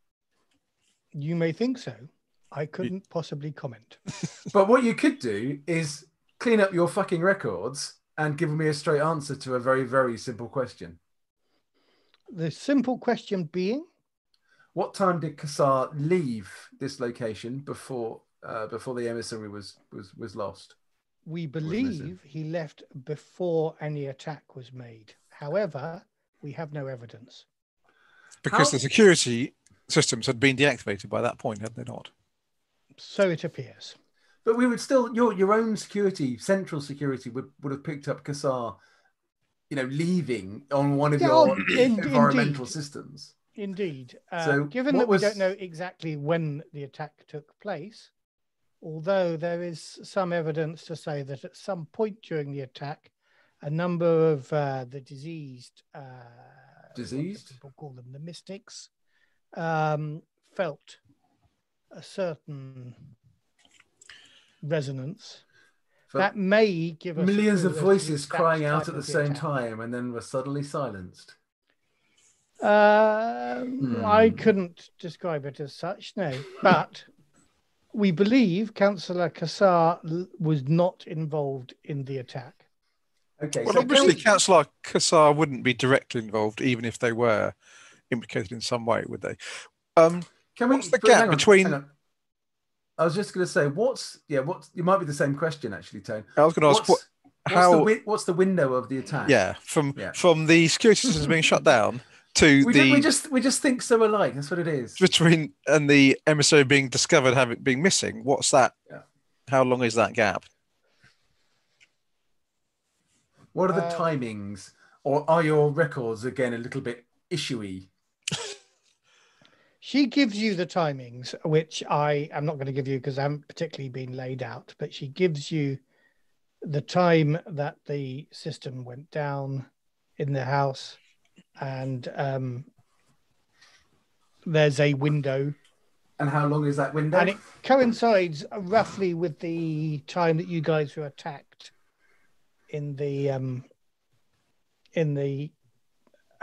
Speaker 3: You may think so. I couldn't possibly comment.
Speaker 1: But what you could do is clean up your fucking records and give me a straight answer to a very, very simple question.
Speaker 3: The simple question being
Speaker 1: What time did Kassar leave this location before uh, before the emissary was was was lost?
Speaker 3: We
Speaker 1: missing.
Speaker 3: believe he left before any attack was made. However, we have no evidence.
Speaker 2: Because
Speaker 1: How-
Speaker 2: the security systems had been deactivated by that point, had they not?
Speaker 3: So it appears.
Speaker 1: But we would still your your own security, central security would, would have picked up Kassar, you know, leaving on one of
Speaker 3: Yeah,
Speaker 1: your
Speaker 3: oh, in-
Speaker 1: environmental
Speaker 3: indeed.
Speaker 1: systems.
Speaker 3: Indeed. Uh,
Speaker 1: So
Speaker 3: given
Speaker 1: what
Speaker 3: that
Speaker 1: was-
Speaker 3: we don't know exactly when the attack took place, although there is some evidence to say that at some point during the attack, a number of uh, the diseased, uh, what do
Speaker 1: Diseased?
Speaker 3: people call them the mystics, um, felt a certain resonance
Speaker 1: For
Speaker 3: that may give us
Speaker 1: millions
Speaker 3: a
Speaker 1: of
Speaker 3: clue as to
Speaker 1: voices
Speaker 3: exact
Speaker 1: crying
Speaker 3: time
Speaker 1: out at the
Speaker 3: of
Speaker 1: same
Speaker 3: attack.
Speaker 1: time and then were suddenly silenced.
Speaker 3: Um, I
Speaker 1: Hmm.
Speaker 3: couldn't describe it as such, no. But we believe Councillor Kassar l- was not involved in the attack.
Speaker 1: Okay,
Speaker 2: Well,
Speaker 1: so
Speaker 2: obviously,
Speaker 1: Count-
Speaker 2: Councillor Kassar wouldn't be directly involved, even if they were implicated in some way, would they? Um,
Speaker 1: Can we,
Speaker 2: What's the
Speaker 1: but
Speaker 2: gap
Speaker 1: hang on,
Speaker 2: between-
Speaker 1: hang on. I was just going to say, what's yeah, what's it might be the same question actually, Tone.
Speaker 2: I was going to ask
Speaker 1: What's,
Speaker 2: what,
Speaker 1: what's
Speaker 2: how.
Speaker 1: the win- what's the window of the attack?
Speaker 2: yeah, from
Speaker 1: Yeah.
Speaker 2: from the security systems being shut down to
Speaker 1: we,
Speaker 2: the
Speaker 1: ju- we just we just think so alike. That's what it is.
Speaker 2: between and the emissary being discovered having being missing. What's that?
Speaker 1: Yeah.
Speaker 2: How long is that gap?
Speaker 1: What are the
Speaker 3: Uh,
Speaker 1: timings, or are your records again a little bit issuey?
Speaker 3: She gives you the timings, which I am not going to give you because I haven't particularly been laid out, but she gives you the time that the system went down in the house. And um, there's a window
Speaker 1: And how long is that window?
Speaker 3: and it coincides roughly with the time that you guys were attacked in the um in the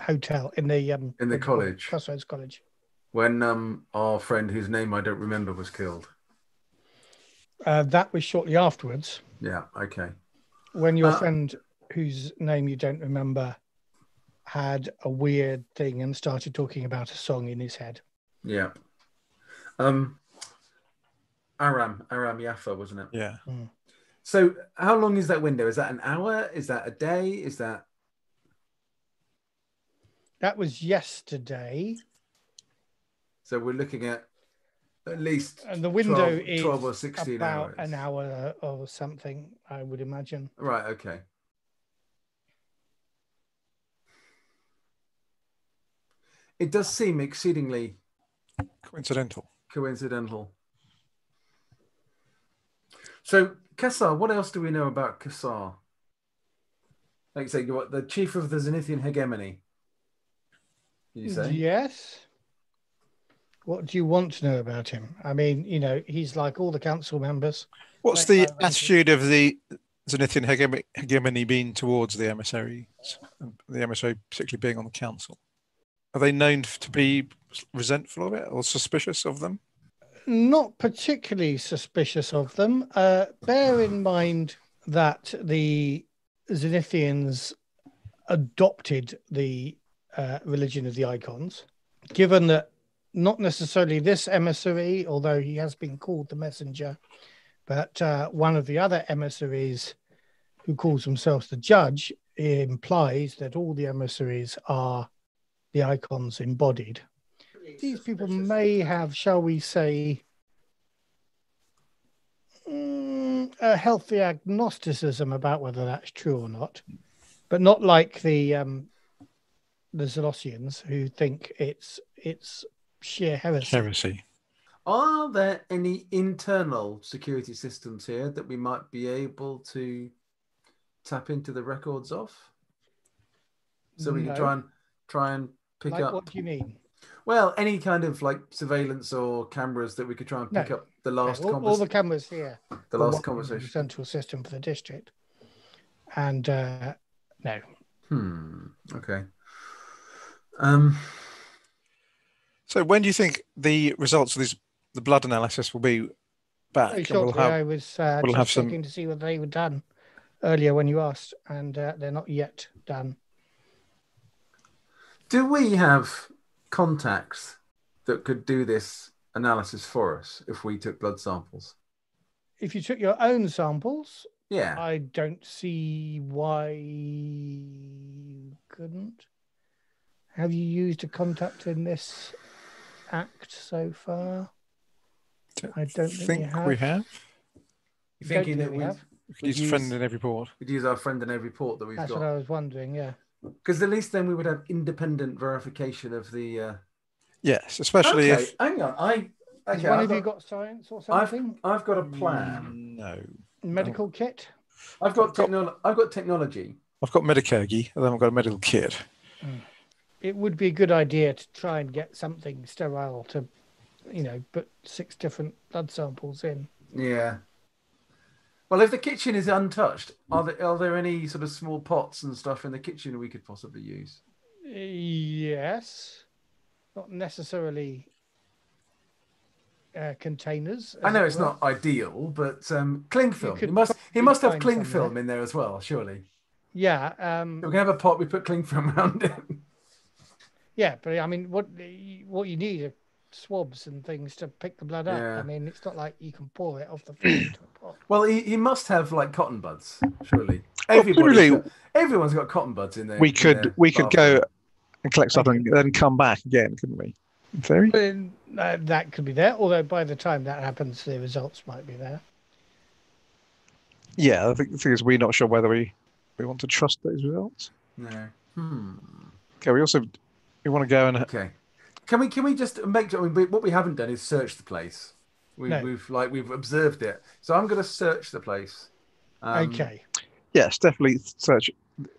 Speaker 3: hotel in the um
Speaker 1: in the college,
Speaker 3: crossroads college
Speaker 1: when um our friend whose name I don't remember was killed.
Speaker 3: uh, that was shortly afterwards
Speaker 1: Yeah. Okay.
Speaker 3: when your
Speaker 1: Uh,
Speaker 3: friend whose name you don't remember had a weird thing and started talking about a song in his head
Speaker 1: Yeah. Um. Aram Aram Yaffa, wasn't it?
Speaker 2: Yeah.
Speaker 1: So, how long is that window? Is that an hour? Is that a day? Is that
Speaker 3: that was yesterday
Speaker 1: so? We're looking at at least
Speaker 3: and the window
Speaker 1: 12,
Speaker 3: is
Speaker 1: 12 or 16
Speaker 3: about
Speaker 1: hours.
Speaker 3: an hour or something i would imagine
Speaker 1: Right. Okay. It does seem exceedingly
Speaker 2: Coincidental.
Speaker 1: coincidental. So, Kassar, what else do we know about Kassar? Like you say, you what the chief of the Zenithian hegemony. You say?
Speaker 3: Yes. What do you want to know about him? I mean, you know, he's like all the council members.
Speaker 2: What's the
Speaker 3: Like, uh,
Speaker 2: attitude of the Zenithian hegemi- hegemony been towards the emissaries, the emissary particularly being on the council? Are they known f- to be resentful of it or suspicious of them?
Speaker 3: Not particularly suspicious of them. Uh, bear in mind that the Zenithians adopted the uh, religion of the icons, given that not necessarily this emissary, although he has been called the messenger, but uh, one of the other emissaries who calls themselves the judge implies that all the emissaries are the icons embodied. These people may have, shall we say, mm, a healthy agnosticism about whether that's true or not, but not like the um, the Zelosians who think it's it's sheer heresy.
Speaker 2: Heresy.
Speaker 1: Are there any internal security systems here that we might be able to tap into the records of? So we
Speaker 3: No.
Speaker 1: can try and try and pick
Speaker 3: Like,
Speaker 1: up
Speaker 3: what do you mean?
Speaker 1: well, any kind of like surveillance or cameras that we could try and pick
Speaker 3: No.
Speaker 1: up the last
Speaker 3: all,
Speaker 1: convers-
Speaker 3: all the cameras here.
Speaker 1: the
Speaker 3: for
Speaker 1: last
Speaker 3: what was the
Speaker 1: conversation.
Speaker 3: Central system for the district. And uh, no,
Speaker 1: Hmm. Okay. Um
Speaker 2: So when do you think the results of this the blood analysis will be back?
Speaker 3: very
Speaker 2: and Uh, we'll
Speaker 3: shortly
Speaker 2: have-
Speaker 3: I was uh,
Speaker 2: we'll have
Speaker 3: just
Speaker 2: some-
Speaker 3: checking to see whether they were done earlier when you asked, and uh, they're not yet done.
Speaker 1: do we have contacts that could do this analysis for us if we took blood samples?
Speaker 3: If you took your own samples,
Speaker 1: Yeah.
Speaker 3: I don't see why you couldn't. Have you used a contact in this act so far? I don't think,
Speaker 2: think
Speaker 3: you have.
Speaker 2: we
Speaker 1: you
Speaker 2: have.
Speaker 3: Don't
Speaker 1: thinking that
Speaker 3: think we
Speaker 1: we'd,
Speaker 3: have.
Speaker 2: We
Speaker 1: We
Speaker 2: could use, friend
Speaker 1: use-
Speaker 2: in every port.
Speaker 1: we'd use our friend in every port that we've
Speaker 3: That's what
Speaker 1: got?
Speaker 3: I was wondering. Yeah.
Speaker 1: Because at least then we would have independent verification of the. Uh...
Speaker 2: Yes, especially
Speaker 1: okay,
Speaker 2: if
Speaker 1: hang on. I
Speaker 3: Has
Speaker 1: okay.
Speaker 3: one
Speaker 1: I've
Speaker 3: of
Speaker 1: got,
Speaker 3: you got science or something?
Speaker 1: I've got a plan.
Speaker 2: No,
Speaker 3: Medical kit?
Speaker 1: I've got technol- I've got technology.
Speaker 2: I've got Medicogi, and then I've got a medical kit.
Speaker 3: It would be a good idea to try and get something sterile to, you know, put six different blood samples in.
Speaker 1: Yeah. Well, if the kitchen is untouched, are there are there any sort of small pots and stuff in the kitchen we could possibly use?
Speaker 3: Yes. Not necessarily uh, containers.
Speaker 1: I
Speaker 3: as
Speaker 1: know
Speaker 3: it
Speaker 1: it's
Speaker 3: were.
Speaker 1: not ideal, but um, cling film. He
Speaker 3: could
Speaker 1: must he
Speaker 3: probably
Speaker 1: must have
Speaker 3: find
Speaker 1: cling
Speaker 3: some there.
Speaker 1: film in there as well, surely.
Speaker 3: Yeah.
Speaker 1: If we're
Speaker 3: Um,
Speaker 1: gonna have a pot. We put cling film around it.
Speaker 3: yeah. But I mean, what what you need are swabs and things to pick the blood up.
Speaker 1: Yeah.
Speaker 3: I mean, it's not like you can pour it off the floor into
Speaker 1: [CLEARS THROAT]
Speaker 3: a pot.
Speaker 1: Well, he, he must have like cotton buds, surely.
Speaker 2: Well,
Speaker 1: Everybody's
Speaker 2: clearly-
Speaker 1: got- everyone's got cotton buds in there.
Speaker 2: We could we could go and collect
Speaker 3: Okay.
Speaker 2: something, and then come back again, couldn't we? In theory.
Speaker 3: Then, uh, that could be there. Although by the time that happens, the results might be there.
Speaker 2: Yeah, I think the thing is we're not sure whether we, we want to trust those results.
Speaker 1: No. Hmm.
Speaker 2: Okay, we also we want to go and
Speaker 1: Okay. Can we can we just make? I mean, we, what we haven't done is search the place. We,
Speaker 3: No.
Speaker 1: We've like we've observed it. So I'm going to search the place. Um,
Speaker 3: okay.
Speaker 2: yes, definitely search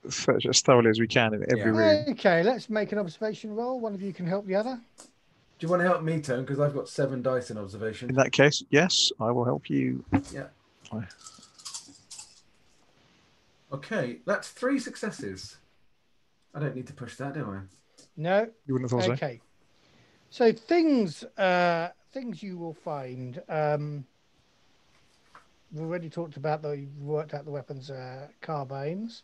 Speaker 2: search as thoroughly as we can in every room.
Speaker 3: Okay. Let's make an observation roll. One of you can help the other.
Speaker 1: Do you want to help me, Tone? Because I've got seven dice in
Speaker 2: In
Speaker 1: observation.
Speaker 2: that case, yes, I will help you.
Speaker 1: Yeah.
Speaker 2: Fine.
Speaker 1: Okay, that's three successes. I don't need to push that, do I?
Speaker 3: No.
Speaker 2: You wouldn't have thought so.
Speaker 3: Okay. So things uh, things you will find. Um, we've already talked about the you've worked out the weapons uh, carbines.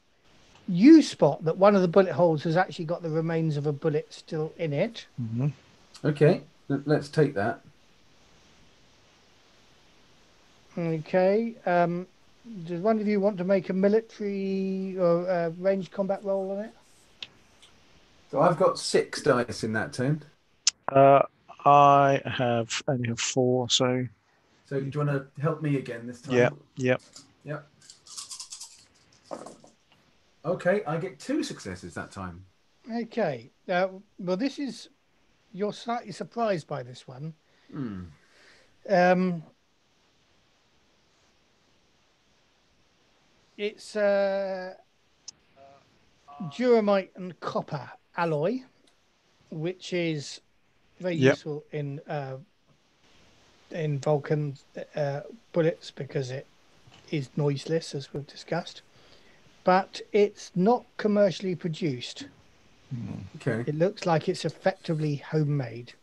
Speaker 3: You spot that one of the bullet holes has actually got the remains of a bullet still in it.
Speaker 2: hmm
Speaker 1: Okay, let- let's take that.
Speaker 3: Okay. Um, does one of you want to make a military or uh, range combat roll on it?
Speaker 1: So I've got six dice in that, Tone.
Speaker 2: Uh, I have only have four, so
Speaker 1: So do you want to help me again this time?
Speaker 2: Yeah. yep.
Speaker 1: Yep. Okay, I get two successes that time.
Speaker 3: Okay. Uh, well, this is you're slightly surprised by this one.
Speaker 1: Hmm.
Speaker 3: Um, it's uh, duramite and copper alloy, which is very
Speaker 2: Yep.
Speaker 3: useful in uh, in Vulcan uh, bullets because it is noiseless, as we've discussed. But it's not commercially produced.
Speaker 1: Okay.
Speaker 3: It looks like it's effectively homemade.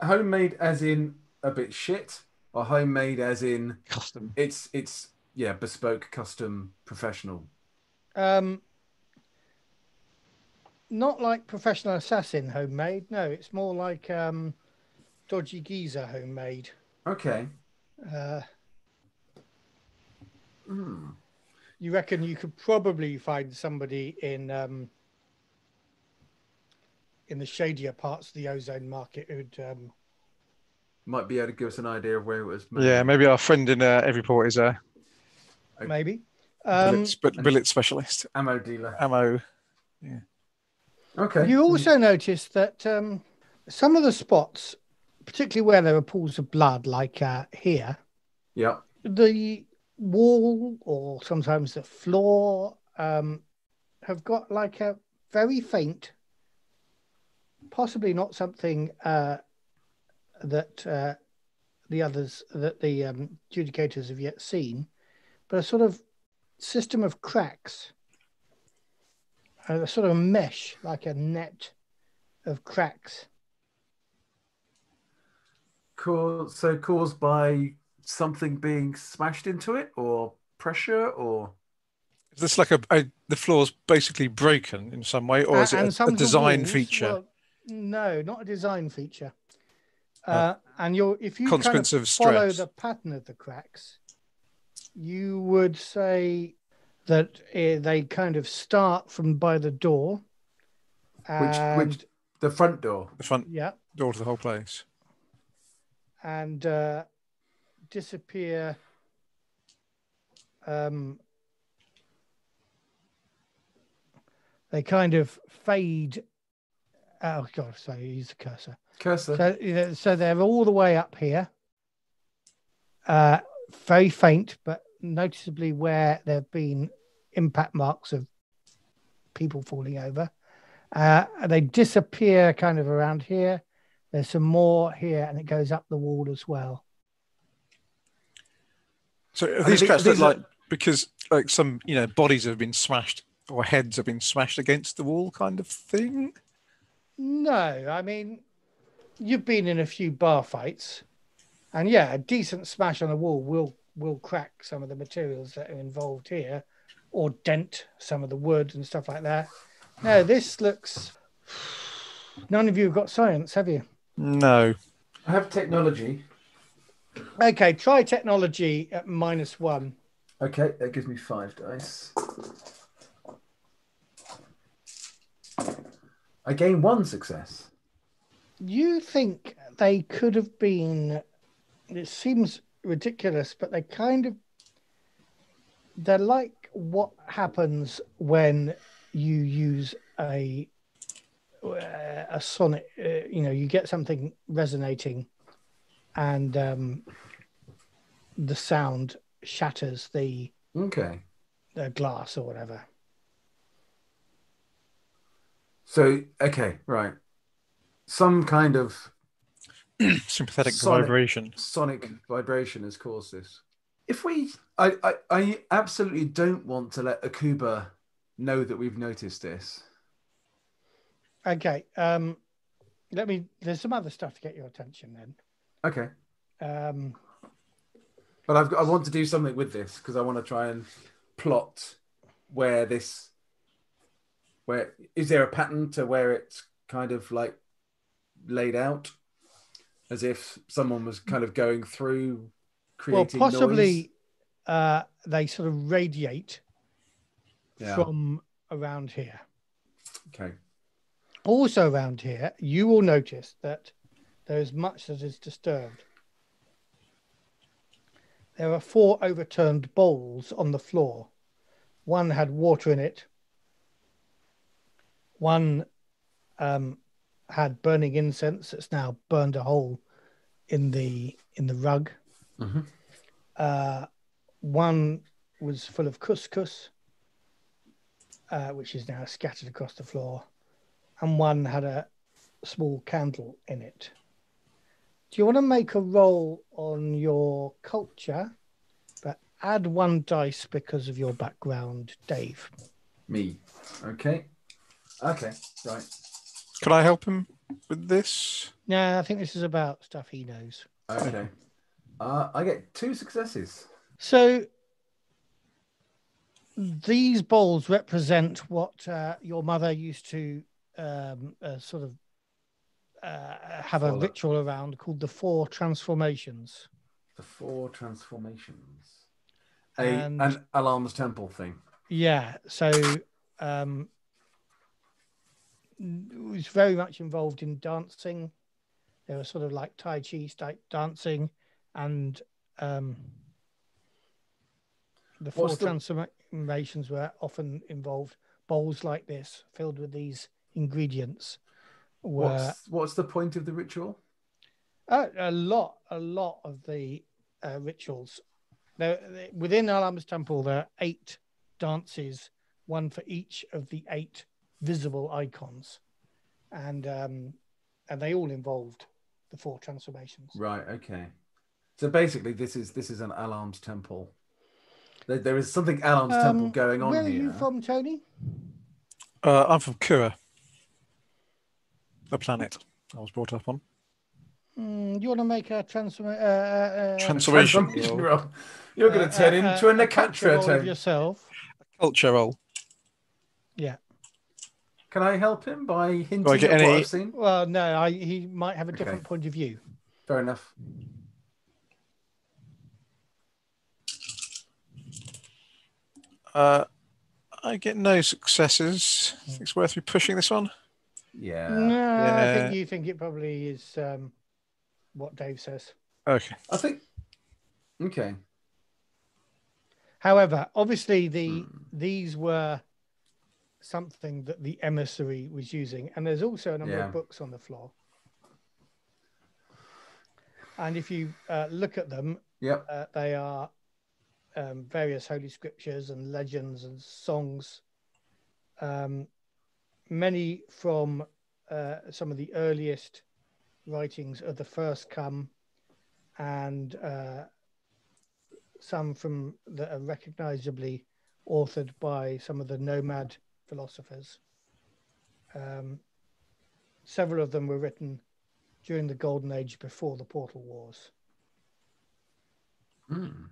Speaker 1: Homemade as in a bit shit, or homemade as in
Speaker 2: Custom.
Speaker 1: it's it's yeah bespoke, custom, professional.
Speaker 3: Um, not like professional assassin homemade. No, it's more like um, dodgy geezer homemade.
Speaker 1: Okay.
Speaker 3: Uh,
Speaker 1: Hmm.
Speaker 3: you reckon you could probably find somebody in um, in the shadier parts of the ozone market who'd um,
Speaker 1: Might be able to give us an idea of where it was made.
Speaker 2: Yeah, maybe our friend in uh, every port is a
Speaker 1: Okay.
Speaker 3: maybe. Um,
Speaker 2: bullet, but bullet specialist.
Speaker 1: Ammo dealer.
Speaker 2: Ammo.
Speaker 1: Okay.
Speaker 3: You also noticed that um, some of the spots, particularly where there are pools of blood, like uh, here,
Speaker 1: Yeah.
Speaker 3: the wall or sometimes the floor um, have got like a very faint, possibly not something uh, that uh, the others that the um, judicators have yet seen, but a sort of system of cracks, a sort of mesh, like a net of cracks.
Speaker 1: Cause so caused by something being smashed into it, or pressure, or
Speaker 2: Is this like a, a the floor's basically broken in some way, or is
Speaker 3: A-
Speaker 2: it a- a,
Speaker 3: of the
Speaker 2: design
Speaker 3: walls-
Speaker 2: feature?
Speaker 3: well, No, not a design feature. Uh, and you're if you kind of
Speaker 2: Oh. Consequence of
Speaker 3: follow
Speaker 2: stress.
Speaker 3: the pattern of the cracks, you would say that eh, they kind of start from by the door. And,
Speaker 1: which which the front door.
Speaker 2: The front
Speaker 3: yeah,
Speaker 2: door to the whole place.
Speaker 3: and uh, disappear um, they kind of fade oh god sorry use the cursor
Speaker 1: Cursor.
Speaker 3: so, yeah, so they're all the way up here uh, very faint but noticeably where there have been impact marks of people falling over uh, they disappear kind of around here there's some more here and it goes up the wall as well
Speaker 2: So are
Speaker 1: mean,
Speaker 2: these
Speaker 1: the-
Speaker 2: cracks look
Speaker 1: these are-
Speaker 2: like because like some you know bodies have been smashed or heads have been smashed against the wall kind of thing.
Speaker 3: No, I mean, you've been in a few bar fights, and yeah, a decent smash on a wall will will crack some of the materials that are involved here, or dent some of the wood and stuff like that. No, this looks. None of you have got science, have you?
Speaker 2: No.
Speaker 1: I have technology.
Speaker 3: Okay, try technology at minus one.
Speaker 1: Okay, that gives me five dice. I gain one success.
Speaker 3: You think they could have been? It seems ridiculous, but they kind of they're like what happens when you use a uh, a sonic. Uh, you know, you get something resonating, and um, the sound shatters the,
Speaker 1: Okay.
Speaker 3: the glass or whatever.
Speaker 1: So, okay, right. Some kind of
Speaker 2: [CLEARS THROAT] Sympathetic
Speaker 1: Sonic.
Speaker 2: vibration.
Speaker 1: sonic vibration has caused this. If we, I, I, I absolutely don't want to let Akuba know that we've noticed this.
Speaker 3: Okay, um, let me. There's some other stuff to get your attention
Speaker 1: Okay,
Speaker 3: then. Um,
Speaker 1: but I've got, I want to do something with this because I want to try and plot where this, where is there a pattern to where it's kind of like laid out, as if someone was kind of going through creating
Speaker 3: well,
Speaker 1: noise?
Speaker 3: possibly uh, they sort of radiate
Speaker 1: Yeah.
Speaker 3: from around here.
Speaker 1: Okay.
Speaker 3: Also, around here, you will notice that there is much that is disturbed. There are four overturned bowls on the floor. One had water in it. One um, had burning incense that's now burned a hole in the in the rug.
Speaker 1: Mhm.
Speaker 3: Uh, one was full of couscous, uh, which is now scattered across the floor, and one had a small candle in it. Do you want to make a roll on your culture, but add one dice because of your background, Dave?
Speaker 1: Me. Okay. Okay. Right.
Speaker 2: Can I help him with this?
Speaker 3: No, I think this is about stuff he knows. [LAUGHS]
Speaker 1: Okay. Uh, I get two successes.
Speaker 3: So these bowls represent what uh, your mother used to um, uh, sort of uh, have a
Speaker 1: Follow.
Speaker 3: ritual around called the four transformations.
Speaker 1: The four transformations. A,
Speaker 3: And-
Speaker 1: An alarms temple thing.
Speaker 3: Yeah. So um, n- was very much involved in dancing. There was sort of like Tai Chi type dancing and um, the four
Speaker 1: What's the-
Speaker 3: transformations were often involved. Bowls like this filled with these ingredients were
Speaker 1: What's, what's the point of the ritual?
Speaker 3: uh, a lot, a lot of the uh, rituals. There, there- within Alam's temple, there are eight dances, one for each of the eight visible icons, and um, and they all involved the four transformations.
Speaker 1: Right. Okay. So basically, this is this is an alarms temple. There, there is something alarms temple
Speaker 3: Um,
Speaker 1: going on
Speaker 3: Where
Speaker 1: here.
Speaker 3: are you from, Tony?
Speaker 2: Uh, I'm from Kura, the planet I was brought up on.
Speaker 3: Mm, you want to make a transform? Uh, uh, uh,
Speaker 2: Transformation.
Speaker 1: Transformation,
Speaker 2: roll.
Speaker 1: Rob. You're
Speaker 3: uh,
Speaker 1: going to turn
Speaker 3: uh,
Speaker 1: into
Speaker 3: uh,
Speaker 1: a Nakatra
Speaker 3: culture roll of
Speaker 1: turn.
Speaker 3: yourself.
Speaker 2: Culture roll.
Speaker 1: Can I help him by hinting
Speaker 2: Do I get
Speaker 1: at what
Speaker 2: any-
Speaker 1: I've seen?
Speaker 3: Well, no, I, he might have a different
Speaker 1: Okay.
Speaker 3: point of view.
Speaker 1: Fair enough.
Speaker 2: Uh, I get no successes. I think it's worth me pushing this one.
Speaker 1: Yeah.
Speaker 3: no, I
Speaker 2: yeah.
Speaker 3: think you think it probably is um, what Dave says.
Speaker 2: Okay.
Speaker 1: I think. Okay.
Speaker 3: However, obviously the these were something that the emissary was using, and there's also a number
Speaker 1: Yeah.
Speaker 3: of books on the floor. And if you uh, look at them,
Speaker 1: Yep.
Speaker 3: uh, they are um, various holy scriptures and legends and songs, um, many from uh, some of the earliest writings of the first come, and uh, some from that are recognizably authored by some of the nomad philosophers. Um, several of them were written during the Golden Age before the Portal Wars.
Speaker 1: Mm.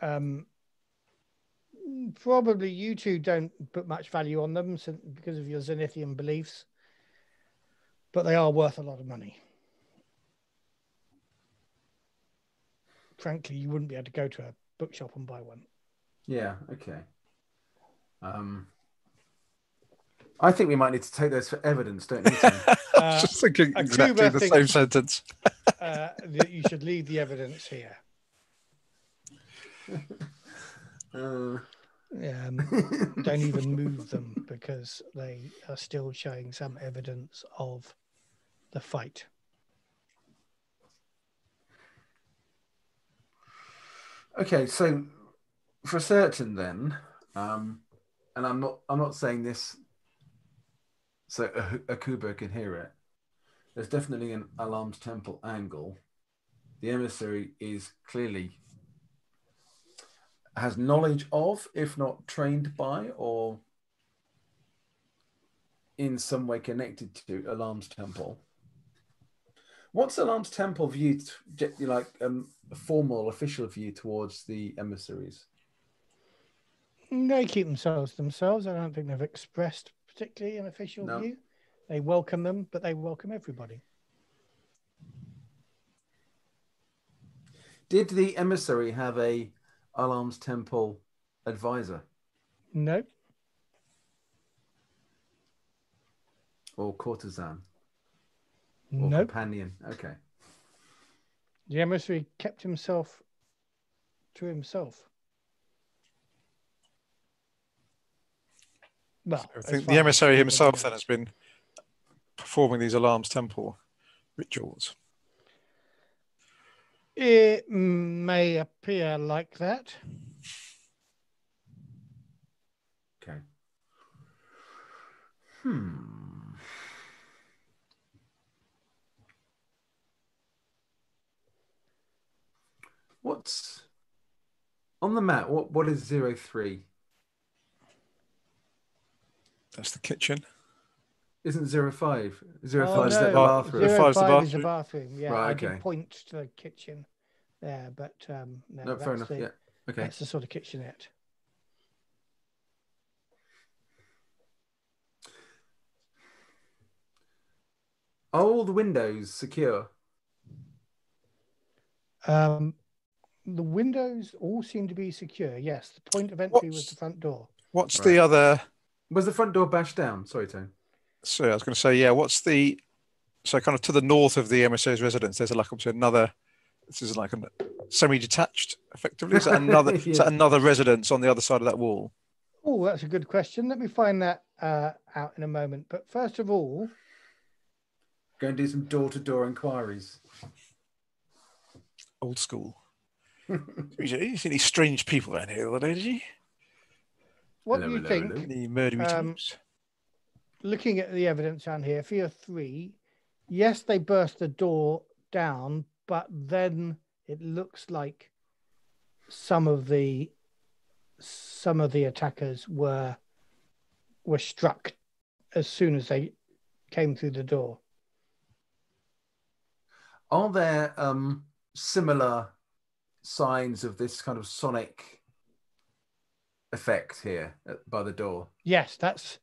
Speaker 3: um, probably you two don't put much value on them sin- because of your Zenithian beliefs, but they are worth a lot of money. Frankly, you wouldn't be able to go to a bookshop and buy one.
Speaker 1: Yeah. Okay. Um. I think we might need to take those for evidence, don't we? Tim?
Speaker 2: I was
Speaker 3: Uh,
Speaker 2: just thinking
Speaker 3: a
Speaker 2: exactly
Speaker 3: Cuba
Speaker 2: the
Speaker 3: thing-
Speaker 2: same sentence.
Speaker 3: uh, that you should leave the evidence here.
Speaker 1: uh,
Speaker 3: Um, don't even move them because they are still showing some evidence of the fight.
Speaker 1: okay. So, for certain, then, um, and I'm not. I'm not saying this. So Ah- Akubo can hear it. There's definitely an alarmed temple angle. The emissary is clearly has knowledge of, if not trained by, or in some way connected to Alarm's Temple. What's Alarm's Temple view, t- ge- like um, a formal, official view towards the emissaries?
Speaker 3: They keep themselves themselves. I don't think they've expressed particularly an official
Speaker 1: No.
Speaker 3: view. They welcome them, but they welcome everybody.
Speaker 1: Did the emissary have a Alarm's Temple advisor
Speaker 3: No,
Speaker 1: or courtesan or
Speaker 3: no.
Speaker 1: companion? Okay.
Speaker 3: The emissary kept himself to himself. Well,
Speaker 2: I
Speaker 3: as
Speaker 2: think
Speaker 3: far
Speaker 2: the
Speaker 3: as
Speaker 2: emissary
Speaker 3: everybody
Speaker 2: himself then
Speaker 3: knows.
Speaker 2: has been performing these alarms temple rituals.
Speaker 3: It may appear like that.
Speaker 1: Okay. Hmm. What's on the map? What what is zero three?
Speaker 2: That's the kitchen.
Speaker 1: Isn't zero five? Zero
Speaker 3: Oh,
Speaker 1: five is that
Speaker 3: no.
Speaker 1: bathroom?
Speaker 2: Zero- Five's the
Speaker 3: five is the
Speaker 2: bathroom.
Speaker 3: bathroom. Yeah,
Speaker 1: Right,
Speaker 3: I did
Speaker 1: okay.
Speaker 3: point to the kitchen there, but um, no,
Speaker 1: No,
Speaker 3: that's
Speaker 1: fair enough.
Speaker 3: the,
Speaker 1: Yeah. Okay.
Speaker 3: that's the sort of kitchenette.
Speaker 1: Are all the windows secure?
Speaker 3: Um, the windows all seem to be secure. Yes, the point of entry was
Speaker 2: What's-
Speaker 3: the front door.
Speaker 2: What's
Speaker 1: Right.
Speaker 2: the other?
Speaker 1: Was the front door bashed down? Sorry, Tone.
Speaker 2: So I was going to say, yeah. What's the? So kind of to the north of the emissary's residence, there's like obviously another. This is like a semi-detached, effectively. Is that another? Is
Speaker 1: Yeah.
Speaker 2: that another residence on the other side of that wall?
Speaker 3: Oh, that's a good question. Let me find that uh, out in a moment. But first of all,
Speaker 1: Go and do some door to door inquiries.
Speaker 2: Old
Speaker 3: [LAUGHS]
Speaker 2: school. you didn't see any strange people around here the other day, did you?
Speaker 3: what
Speaker 1: Hello,
Speaker 3: do you
Speaker 1: hello,
Speaker 3: think?
Speaker 1: hello.
Speaker 2: Any murdery
Speaker 3: Um,
Speaker 2: types?
Speaker 3: Looking at the evidence down here, for your three, yes, they burst the door down, but then it looks like some of the some of the attackers were were struck as soon as they came through the door.
Speaker 1: Are there um, similar signs of this kind of sonic effect here at, by the door?
Speaker 3: Yes, that's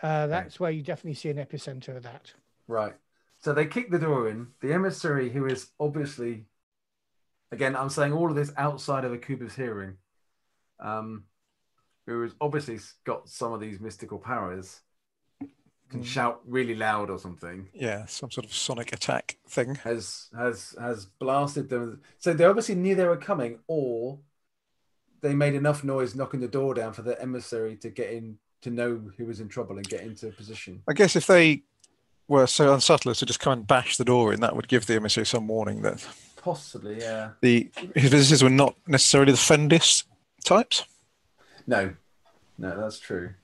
Speaker 3: Uh, that's where you definitely see an epicenter of that.
Speaker 1: Right. So they kick the door in. The emissary, who is obviously, again, I'm saying all of this outside of Akuba's hearing, um, who has obviously got some of these mystical powers, can
Speaker 2: Mm.
Speaker 1: shout really loud or something.
Speaker 2: Yeah, some sort of sonic attack thing.
Speaker 1: Has has has blasted them. So they obviously knew they were coming, or they made enough noise knocking the door down for the emissary to get in to know who was in trouble and get into position.
Speaker 2: I guess if they were so unsubtle as to just come and bash the door in, that would give the emissary some warning that
Speaker 1: Possibly, yeah.
Speaker 2: the his visitors were not necessarily the friendliest types.
Speaker 1: No, no, that's true.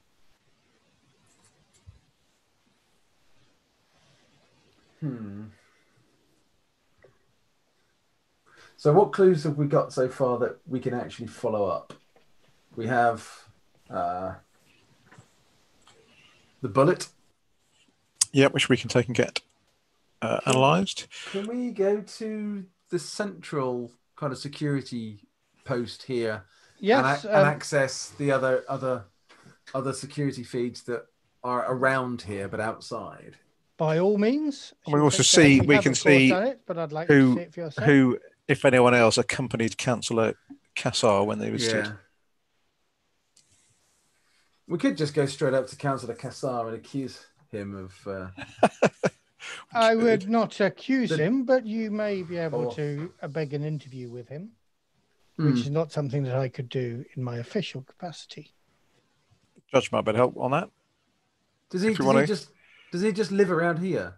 Speaker 1: Hmm. So, what clues have we got so far that we can actually follow up? We have uh, the bullet.
Speaker 2: Yeah, which we can take and get uh,
Speaker 3: Hmm.
Speaker 2: analysed.
Speaker 1: Can we go to the central kind of security post here
Speaker 3: Yes.
Speaker 1: and, ac- and
Speaker 3: um,
Speaker 1: access the other other other security feeds that are around here but outside.
Speaker 3: by all means.
Speaker 2: We
Speaker 3: Shall
Speaker 2: also
Speaker 3: take that?
Speaker 2: see- we
Speaker 3: have,
Speaker 2: can
Speaker 3: of course,
Speaker 2: see
Speaker 3: done it, but I'd like
Speaker 2: who-
Speaker 3: to see it for yourself.
Speaker 2: Who, if anyone else, accompanied Councillor Cassar when they were
Speaker 1: Yeah. We could just go straight up to Councillor Cassar and accuse him of. Uh,
Speaker 2: [LAUGHS]
Speaker 3: I would not accuse
Speaker 1: The-
Speaker 3: him, but you may be able
Speaker 1: Oh.
Speaker 3: to uh, beg an interview with him,
Speaker 1: hmm.
Speaker 3: which is not something that I could do in my official capacity.
Speaker 2: Judge might be able to help on that.
Speaker 1: Does he?
Speaker 2: if you
Speaker 1: Does
Speaker 2: wanna-
Speaker 1: he just? Does he just live around here?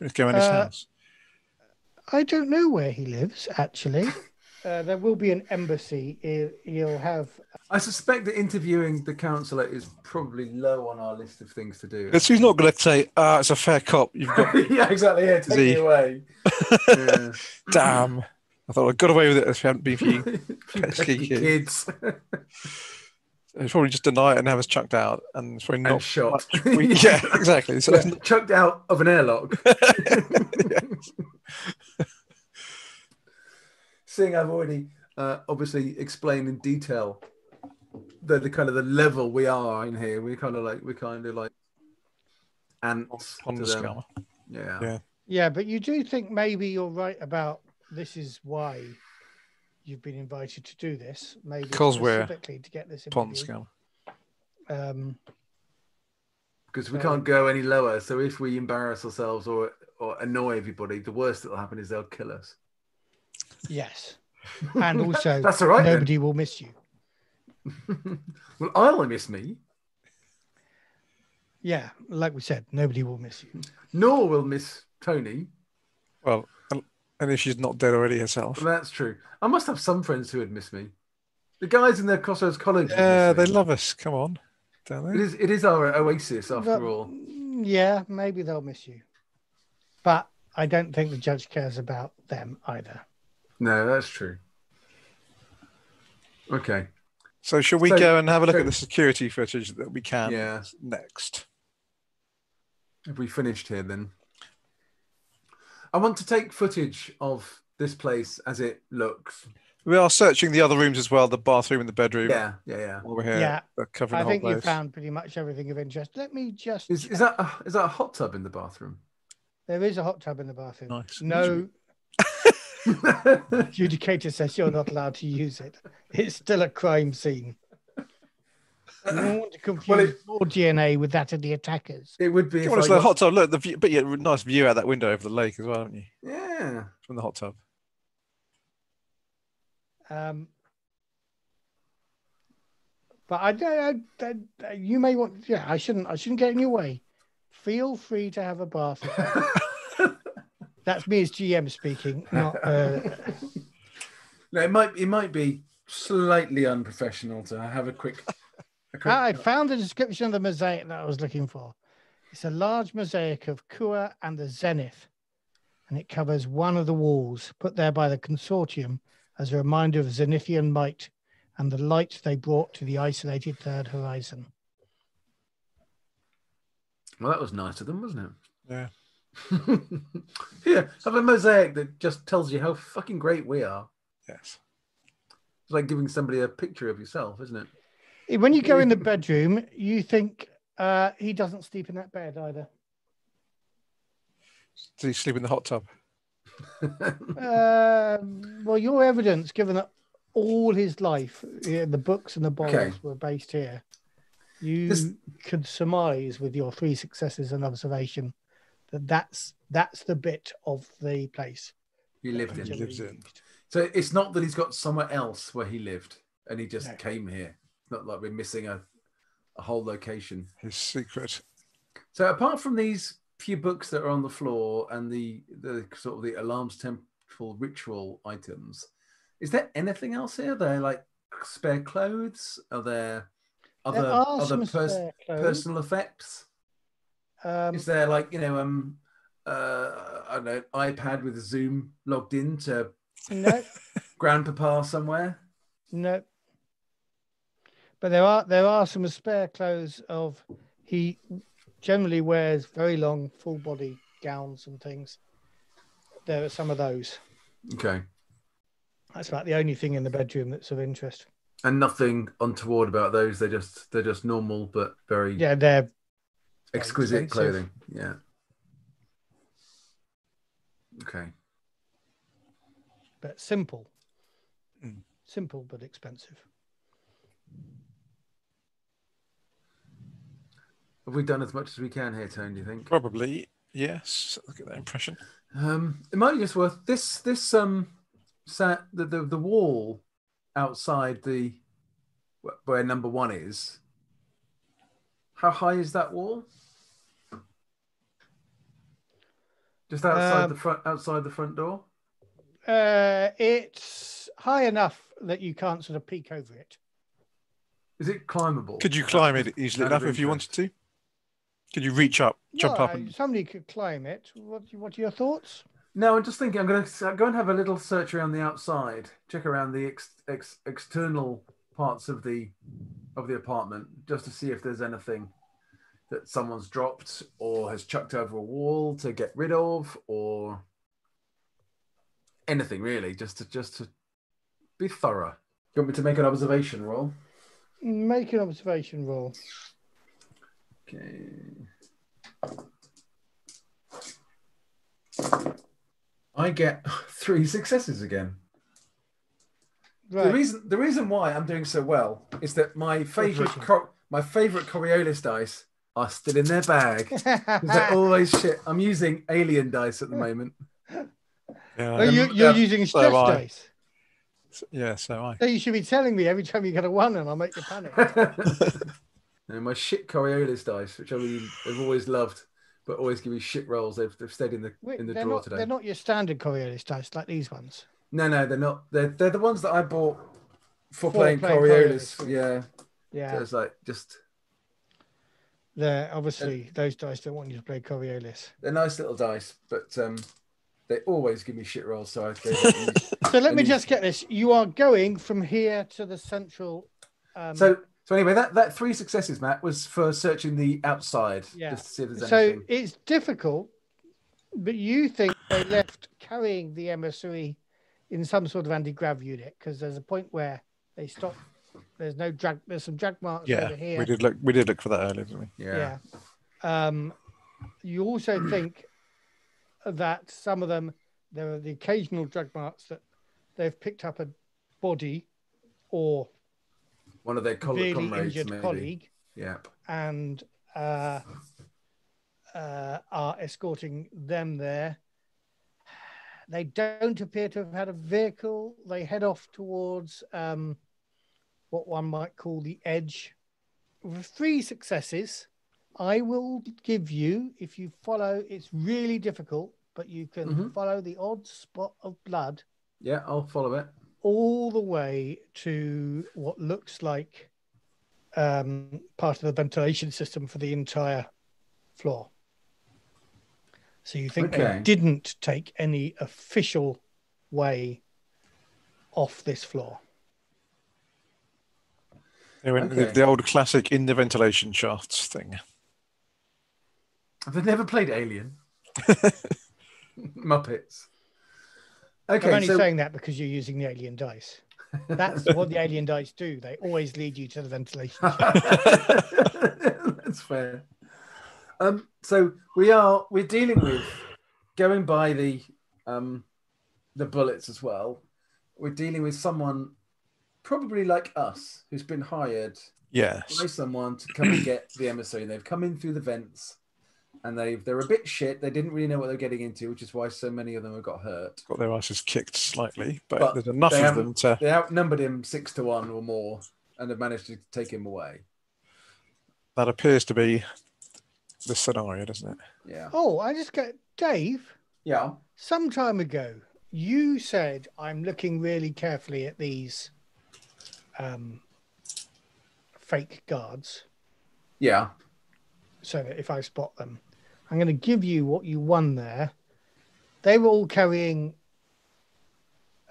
Speaker 2: Let's go in his
Speaker 3: Uh,
Speaker 2: house.
Speaker 3: I don't know where he lives,
Speaker 2: [LAUGHS]
Speaker 3: actually. Uh, there will be an embassy. He'll- He'll have.
Speaker 1: I suspect that interviewing the councillor is probably low on our list of things to do.
Speaker 2: Because he's not going to say, ah, it's a fair cop. You've got,
Speaker 1: [LAUGHS] yeah, exactly. Yeah, take me
Speaker 2: he- [LAUGHS]
Speaker 1: away. Yeah.
Speaker 2: damn. I thought I got away with it if it hadn't been
Speaker 1: [LAUGHS]
Speaker 2: for you.
Speaker 1: Pesky
Speaker 2: kid.
Speaker 1: kids
Speaker 2: He'll probably just deny it and have us chucked out. And it's probably
Speaker 1: and
Speaker 2: not.
Speaker 1: shot. [LAUGHS]
Speaker 2: we- yeah, exactly. So
Speaker 1: Yeah,
Speaker 2: it's not-
Speaker 1: chucked out of an
Speaker 2: [LAUGHS]
Speaker 1: airlock. [LAUGHS] Seeing I've already uh, obviously explained in detail the, the kind of the level we are in here. We're kind of like we're kind of like ants
Speaker 2: on
Speaker 1: to
Speaker 2: the
Speaker 1: them.
Speaker 2: scale.
Speaker 1: Yeah.
Speaker 2: Yeah.
Speaker 3: Yeah, but you do think maybe you're right about this is why you've been invited to do this. Maybe
Speaker 2: 'Cause we're
Speaker 3: specifically to get this
Speaker 2: Pond
Speaker 3: interview.
Speaker 2: scale.
Speaker 3: Um,
Speaker 1: because we
Speaker 3: So-
Speaker 1: can't go any lower. So if we embarrass ourselves or or annoy everybody, the worst that will happen is they'll kill us.
Speaker 3: yes,
Speaker 1: [LAUGHS]
Speaker 3: and also
Speaker 1: That's all right. then.
Speaker 3: nobody will miss you.
Speaker 1: [LAUGHS] well, I'll miss me.
Speaker 3: Yeah, like we said, nobody will miss you.
Speaker 1: Nor will miss Tony.
Speaker 2: Well, and- and if she's not dead already herself.
Speaker 1: Well, That's true. I must have some friends who would miss me. The guys in the Crossroads College. would
Speaker 2: Yeah,
Speaker 1: miss
Speaker 2: they
Speaker 1: me.
Speaker 2: love us. Come on. Down
Speaker 1: It
Speaker 2: there.
Speaker 1: is. It is our oasis, after
Speaker 3: But-
Speaker 1: all.
Speaker 3: Yeah, maybe they'll miss you, but I don't think the judge cares about them either.
Speaker 1: No, that's true. Okay.
Speaker 2: So, shall we
Speaker 1: So-
Speaker 2: go and have a look
Speaker 1: so-
Speaker 2: at the security footage that we can
Speaker 1: Yeah.
Speaker 2: next?
Speaker 1: Have we finished here then? I want to take footage of this place as it looks.
Speaker 2: We are searching the other rooms as well the bathroom and the bedroom.
Speaker 1: Yeah, yeah, yeah.
Speaker 2: While we're here,
Speaker 3: Yeah.
Speaker 2: They're covering
Speaker 3: I
Speaker 2: the whole
Speaker 3: think you
Speaker 2: place.
Speaker 3: found pretty much everything of interest. Let me just.
Speaker 1: Is is that a, is that a hot tub in the
Speaker 2: [LAUGHS]
Speaker 1: bathroom? [LAUGHS]
Speaker 3: There is a hot tub in the bathroom.
Speaker 2: Nice.
Speaker 3: No adjudicator says you're not allowed to use it. It's still a crime scene. You don't want to confuse
Speaker 1: Well, it-
Speaker 3: your DNA with that of the attackers.
Speaker 1: it would be.
Speaker 2: You
Speaker 1: If
Speaker 2: want
Speaker 1: I
Speaker 2: to see the
Speaker 1: got-
Speaker 2: hot tub? Look, the view, but yeah, nice view out that window over the lake as well, haven't you?
Speaker 1: Yeah.
Speaker 2: From the hot tub.
Speaker 3: Um, but I, don't- I, I, you may want. Yeah, I shouldn't. I shouldn't get in your way. Feel free to have a bath.
Speaker 2: [LAUGHS]
Speaker 3: That's me as GM speaking. Not uh,
Speaker 1: No, it might it might be slightly unprofessional to have a quick. A quick
Speaker 3: I found the description of the mosaic that I was looking for. It's a large mosaic of Kua and the Zenith, and it covers one of the walls put there by the consortium as a reminder of Zenithian might and the light they brought to the isolated third horizon.
Speaker 1: Well, that was nice of them, wasn't it? [LAUGHS]
Speaker 2: Yeah.
Speaker 1: yeah, have a mosaic that just tells you how fucking great we are.
Speaker 2: Yes.
Speaker 1: It's like giving somebody a picture of yourself, isn't it?
Speaker 3: When you go in the bedroom, you think Uh, he doesn't sleep in that bed either.
Speaker 2: Did he sleep in the hot tub?
Speaker 3: Um, well, your evidence, given that all his life, yeah, the books and the bottles
Speaker 1: Okay.
Speaker 3: were based here, you
Speaker 1: This-
Speaker 3: could surmise with your three successes and observation that that's that's the bit of the place.
Speaker 1: he lived
Speaker 3: that
Speaker 1: in.
Speaker 2: He
Speaker 3: Jimmy
Speaker 2: lives in.
Speaker 3: used.
Speaker 1: So it's not that he's got somewhere else where he lived and he just
Speaker 3: No.
Speaker 1: came here. It's not like we're missing a, a whole location.
Speaker 2: His secret.
Speaker 1: So apart from these few books that are on the floor and the, the sort of the alarms temple ritual items, is there anything else here? Are there like spare clothes? Are there other
Speaker 3: there are
Speaker 1: other
Speaker 3: some
Speaker 1: pers-
Speaker 3: spare clothes.
Speaker 1: personal effects?
Speaker 3: Um,
Speaker 1: Is there like you know um uh I don't know iPad with Zoom logged in to
Speaker 3: no,
Speaker 1: grandpapa somewhere?
Speaker 3: no. But there are there are some spare clothes of he generally wears very long full body gowns and things. There are some of those.
Speaker 1: Okay,
Speaker 3: That's about the only thing in the bedroom that's of interest.
Speaker 1: and nothing untoward about those. They're just they're just normal but very
Speaker 3: Yeah, they're
Speaker 1: exquisite
Speaker 3: expensive.
Speaker 1: clothing. Yeah. Okay.
Speaker 3: but simple.
Speaker 1: Hmm.
Speaker 2: Mm.
Speaker 3: Simple but expensive.
Speaker 1: Have we done as much as we can here, Tone? Do you think?
Speaker 2: Probably, yes. Look at that impression.
Speaker 1: Um, it might be just worth this. This um, sat the, the the wall outside the wh- where number one is. How high is that wall? Just outside
Speaker 3: Um,
Speaker 1: the front, outside the front door.
Speaker 3: Uh, it's high enough that you can't sort of peek over it.
Speaker 1: Is it climbable?
Speaker 2: Could you climb it easily
Speaker 1: Out of
Speaker 2: enough if you wanted
Speaker 1: interest.
Speaker 2: to? Could you reach up, jump
Speaker 3: No,
Speaker 2: up, and
Speaker 3: Somebody could climb it. What, what are your thoughts?
Speaker 1: No, I'm just thinking. I'm going to go and have a little search around the outside, check around the ex, ex, external parts of the of the apartment, just to see if there's anything that someone's dropped or has chucked over a wall to get rid of, or anything really. Just to just to be thorough. Do you want me to make an observation roll?
Speaker 3: Make an observation roll.
Speaker 1: Okay. I get [LAUGHS] three successes again. The
Speaker 3: [LAUGHS] Right.
Speaker 1: reason the reason why I'm doing so well is that my favorite
Speaker 3: reason?
Speaker 1: cor- my favorite Coriolis dice are still in their bag.
Speaker 3: [LAUGHS]
Speaker 1: 'Cause they're always shit. I'm using alien dice at the
Speaker 3: [LAUGHS]
Speaker 1: moment. [LAUGHS]
Speaker 2: yeah,
Speaker 3: Oh, you,
Speaker 1: Um,
Speaker 3: you're
Speaker 1: yeah,
Speaker 3: using
Speaker 2: so
Speaker 3: stress
Speaker 2: am I.
Speaker 3: dice.
Speaker 2: yeah, so I.
Speaker 3: So you should be telling me every time you get a one, and I'll make
Speaker 1: [LAUGHS]
Speaker 3: you panic.
Speaker 1: and my shit Coriolis dice, which I really, I've always loved, but always give me shit rolls. They've, they've stayed in the
Speaker 3: Wait,
Speaker 1: in the
Speaker 3: they're
Speaker 1: drawer
Speaker 3: not,
Speaker 1: today.
Speaker 3: They're not your standard Coriolis dice like these ones.
Speaker 1: No, no, they're not. They're they're the ones that I bought for
Speaker 3: For
Speaker 1: playing,
Speaker 3: playing
Speaker 1: Coriolis.
Speaker 3: Coriolis,
Speaker 1: Yeah,
Speaker 3: Yeah.
Speaker 1: So it's like just
Speaker 3: They're obviously those dice don't want you to play Coriolis.
Speaker 1: they're nice little dice, but um, they always give me shit rolls.
Speaker 3: [LAUGHS]
Speaker 1: So I gave up using
Speaker 3: So let me
Speaker 1: And-
Speaker 3: just get this. You are going from here to the central. Um,
Speaker 1: So so anyway, that, that three successes, Matt, was for searching the outside
Speaker 3: Yeah.
Speaker 1: just to see if there's
Speaker 3: so
Speaker 1: anything.
Speaker 3: it's difficult, but you think they left carrying the emissary E in some sort of anti-grav unit because there's a point where they stop. There's no drag. There's some drag marks
Speaker 2: Yeah,
Speaker 3: over here.
Speaker 2: we did look. We did look for that earlier, didn't we?
Speaker 1: Yeah.
Speaker 3: Yeah. Um, you
Speaker 1: [CLEARS THROAT]
Speaker 3: also think that some of them, there are the occasional drug marks that they've picked up a body or
Speaker 1: One of their coll-
Speaker 3: really
Speaker 1: comrades,
Speaker 3: injured
Speaker 1: maybe.
Speaker 3: colleague
Speaker 1: Yeah.
Speaker 3: and uh, uh, are escorting them there. They don't appear to have had a vehicle. They head off towards um, what one might call the edge. With three successes, I will give you, if you follow, it's really difficult, but you can
Speaker 1: Mhm.
Speaker 3: follow the odd spot of blood
Speaker 1: Yeah, I'll follow it.
Speaker 3: all the way to what looks like um, part of the ventilation system for the entire floor. So you think
Speaker 1: Okay.
Speaker 3: they didn't take any official way off this floor?
Speaker 2: They went
Speaker 1: Okay.
Speaker 2: the, the old classic in the ventilation shafts thing.
Speaker 1: They've never played Alien. [LAUGHS] Muppets. Okay,
Speaker 3: I'm only
Speaker 1: so
Speaker 3: saying that because you're using the alien dice.
Speaker 1: [LAUGHS]
Speaker 3: That's what the alien dice do. They always lead you to the ventilation.
Speaker 1: that's [LAUGHS] That's fair. Um, so we are we're dealing with going by the um, the bullets as well. We're dealing with someone probably like us who's been hired
Speaker 2: Yes.
Speaker 1: by someone to come and get the emissary. And they've come in through the vents, and they have they're a bit shit. They didn't really know what they're getting into, which is why so many of them have got hurt.
Speaker 2: Got their asses kicked slightly, but,
Speaker 1: But
Speaker 2: there's enough
Speaker 1: they
Speaker 2: of them to.
Speaker 1: They outnumbered him six to one or more, and have managed to take him away.
Speaker 2: That appears to be the scenario, doesn't it?
Speaker 1: Yeah,
Speaker 3: Oh, I just got Dave.
Speaker 1: yeah,
Speaker 3: Some time ago, you said I'm looking really carefully at these um, fake guards.
Speaker 1: yeah.
Speaker 3: so that if I spot them, I'm going to give you what you won there. They were all carrying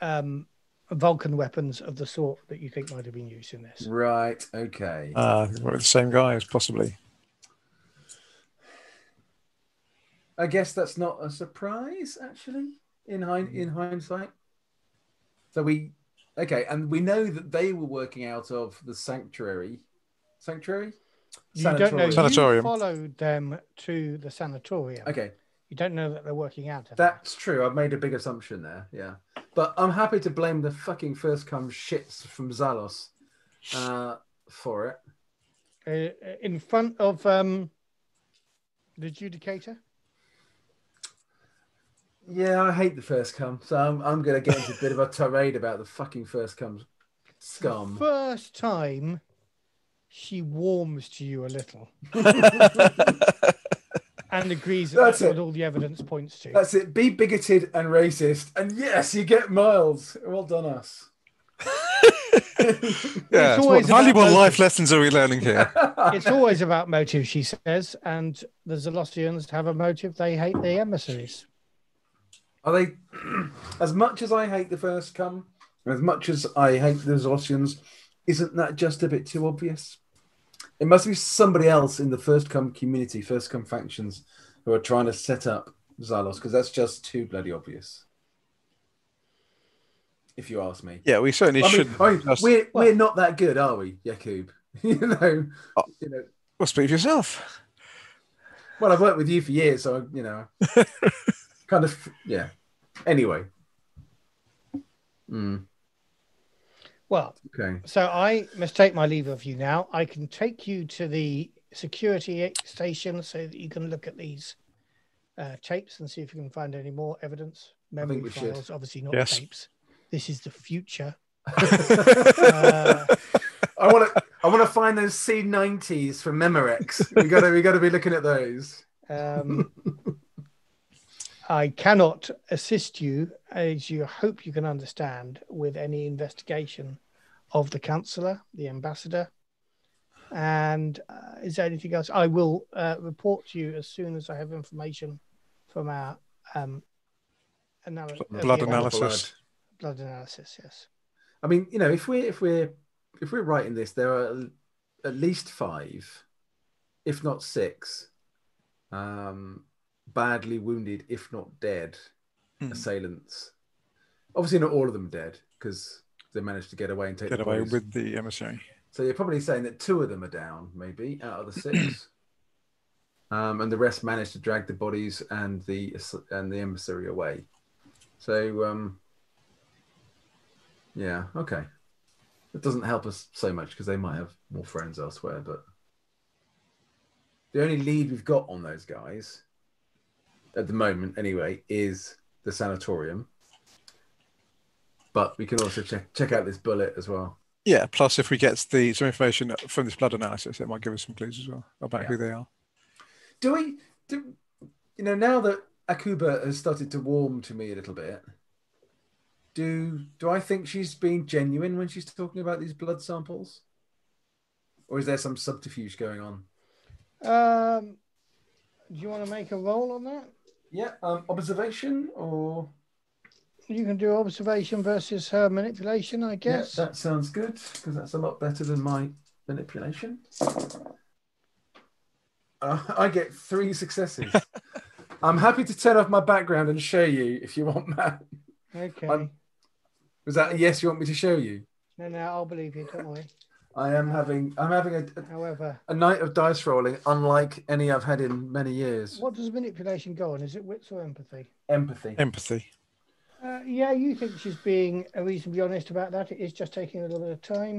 Speaker 3: um, Vulcan weapons of the sort that you think might have been used in this.
Speaker 1: Right. Okay.
Speaker 2: Uh, we're the same guys, possibly.
Speaker 1: I guess that's not a surprise, actually, in hind- in hindsight. So we, okay, and we know that they were working out of the sanctuary, sanctuary,
Speaker 3: You don't know. You
Speaker 2: Sanatorium.
Speaker 3: followed them to the sanatorium.
Speaker 1: Okay,
Speaker 3: You don't know that they're working out. of it.
Speaker 1: that's true. I've made a big assumption there. Yeah, but I'm happy to blame the fucking first come shits from Zalos uh, for it.
Speaker 3: Uh, in front of um, the adjudicator.
Speaker 1: Yeah, I hate the first come, so I'm, I'm going to get into a bit of a tirade about the fucking first come
Speaker 3: [LAUGHS]
Speaker 1: scum.
Speaker 3: First time, she warms to you
Speaker 1: [LAUGHS]
Speaker 3: a little and agrees that
Speaker 1: That's
Speaker 3: that's,
Speaker 1: it.
Speaker 3: what all the evidence points to.
Speaker 1: That's it. Be bigoted and racist, and yes, you get Miles. Well done, us.
Speaker 2: Yeah. what
Speaker 3: It's always about
Speaker 2: valuable
Speaker 3: those-
Speaker 2: life lessons are we learning here?
Speaker 3: it's always about motive, she says, and the Zolossians have a motive. They hate the emissaries.
Speaker 1: Are they? [CLEARS THROAT] As much as I hate the first come, as much as I hate the Zossians, isn't that just a bit too obvious? It must be somebody else in the first come community, first come factions, who are trying to set up Zalos, because that's just too bloody obvious. If you ask me.
Speaker 2: yeah, we certainly
Speaker 1: I mean,
Speaker 2: should.
Speaker 1: I mean,
Speaker 2: just-
Speaker 1: we're, we're not that good, are we, Yakub? [LAUGHS] you know, you know,
Speaker 2: Well, speak
Speaker 1: [LAUGHS]
Speaker 2: for yourself.
Speaker 1: Well, I've worked with you for years, so you know, kind of, yeah. Anyway, Mm,
Speaker 3: Well,
Speaker 1: okay.
Speaker 3: so I must take my leave of you now. I can take you to the security station so that you can look at these uh, tapes and see if you can find any more evidence. Memory
Speaker 1: we should.
Speaker 3: files, obviously not
Speaker 2: Yes.
Speaker 3: tapes. This is
Speaker 1: [LAUGHS]
Speaker 3: the future.
Speaker 1: I
Speaker 3: Uh,
Speaker 1: want to, I want to find those C nineties from Memorex. We got to, we got to be looking at those.
Speaker 3: Um, I cannot assist you, as you hope you can understand, with any investigation of the councillor, the ambassador. And uh, is there anything else? I will uh, report to you as soon as I have information from our um, anal- uh,
Speaker 2: Blood
Speaker 3: the-
Speaker 2: analysis.
Speaker 3: Blood analysis, yes.
Speaker 1: I mean, you know, if we, if we're, if we're writing this, there are at least five, if not six, um, badly wounded, if not dead,
Speaker 2: Hmm.
Speaker 1: assailants. Obviously, not all of them dead because they managed to get away and take
Speaker 2: Get
Speaker 1: the
Speaker 2: away
Speaker 1: bodies.
Speaker 2: with the emissary.
Speaker 1: So you're probably saying that two of them are down, maybe out of the six, um, and the rest managed to drag the bodies and the and the emissary away. So um, yeah, okay. It doesn't help us so much because they might have more friends elsewhere. But the only lead we've got on those guys at the moment, anyway, is the sanatorium. But we can also check check out this bullet as well.
Speaker 2: Yeah. Plus, if we get the some information from this blood analysis, it might give us some clues as well about
Speaker 1: Yeah.
Speaker 2: who they are.
Speaker 1: do we do you know now that akuba has started to warm to me a little bit do do i think she's being genuine when she's talking about these blood samples or is there some subterfuge going on
Speaker 3: Um, do you want to make a roll on that?
Speaker 1: yeah um, observation or
Speaker 3: You can do observation versus her manipulation, I guess.
Speaker 1: Yeah, that sounds good because that's a lot better than my manipulation uh, i get three successes [LAUGHS] i'm happy to turn off my background and show you if you want that
Speaker 3: okay.
Speaker 1: I'm- was that a yes you want me to show you
Speaker 3: No, no, I'll believe you. Don't worry.
Speaker 1: I am having I'm having a,
Speaker 3: However,
Speaker 1: a night of dice rolling unlike any I've had in many years.
Speaker 3: what does manipulation go on? Is it wits or empathy?
Speaker 1: Empathy.
Speaker 2: Empathy.
Speaker 3: Uh, yeah, you think she's being reasonably honest about that. It is just taking a little bit of time,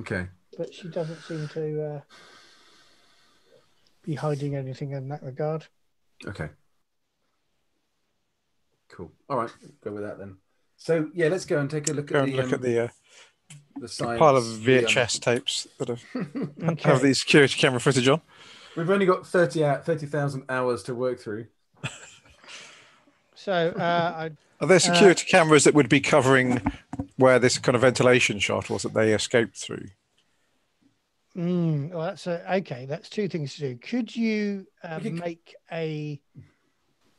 Speaker 1: Okay.
Speaker 3: but she doesn't seem to uh, be hiding anything in that regard.
Speaker 1: Okay. Cool. All right, go with that then. So yeah, let's go and take a look
Speaker 2: Go
Speaker 1: at
Speaker 2: and
Speaker 1: the
Speaker 2: look
Speaker 1: um,
Speaker 2: at the, uh,
Speaker 1: the
Speaker 2: the
Speaker 1: science,
Speaker 2: pile of
Speaker 1: the, um,
Speaker 2: VHS tapes that have,
Speaker 3: Okay.
Speaker 2: have the security camera footage on.
Speaker 1: We've only got thirty out thirty thousand hours to work through.
Speaker 3: So uh, I,
Speaker 2: Are there security cameras that would be covering where this kind of ventilation shaft was that they escaped through?
Speaker 3: mm, well, that's a, okay. That's two things to do. Could you uh,
Speaker 1: We could-
Speaker 3: make a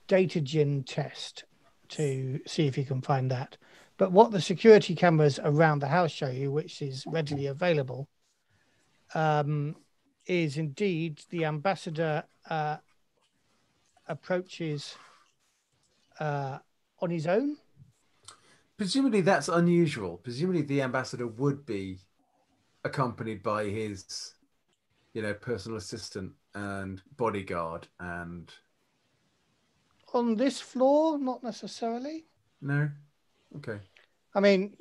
Speaker 3: data gin test to see if you can find that? But what the security cameras around the house show you, which is readily available, um, is indeed the ambassador uh, approaches uh, on his own.
Speaker 1: Presumably that's unusual. Presumably the ambassador would be accompanied by his, you know, personal assistant and bodyguard and
Speaker 3: On this floor, not necessarily.
Speaker 1: no? Okay.
Speaker 3: I mean,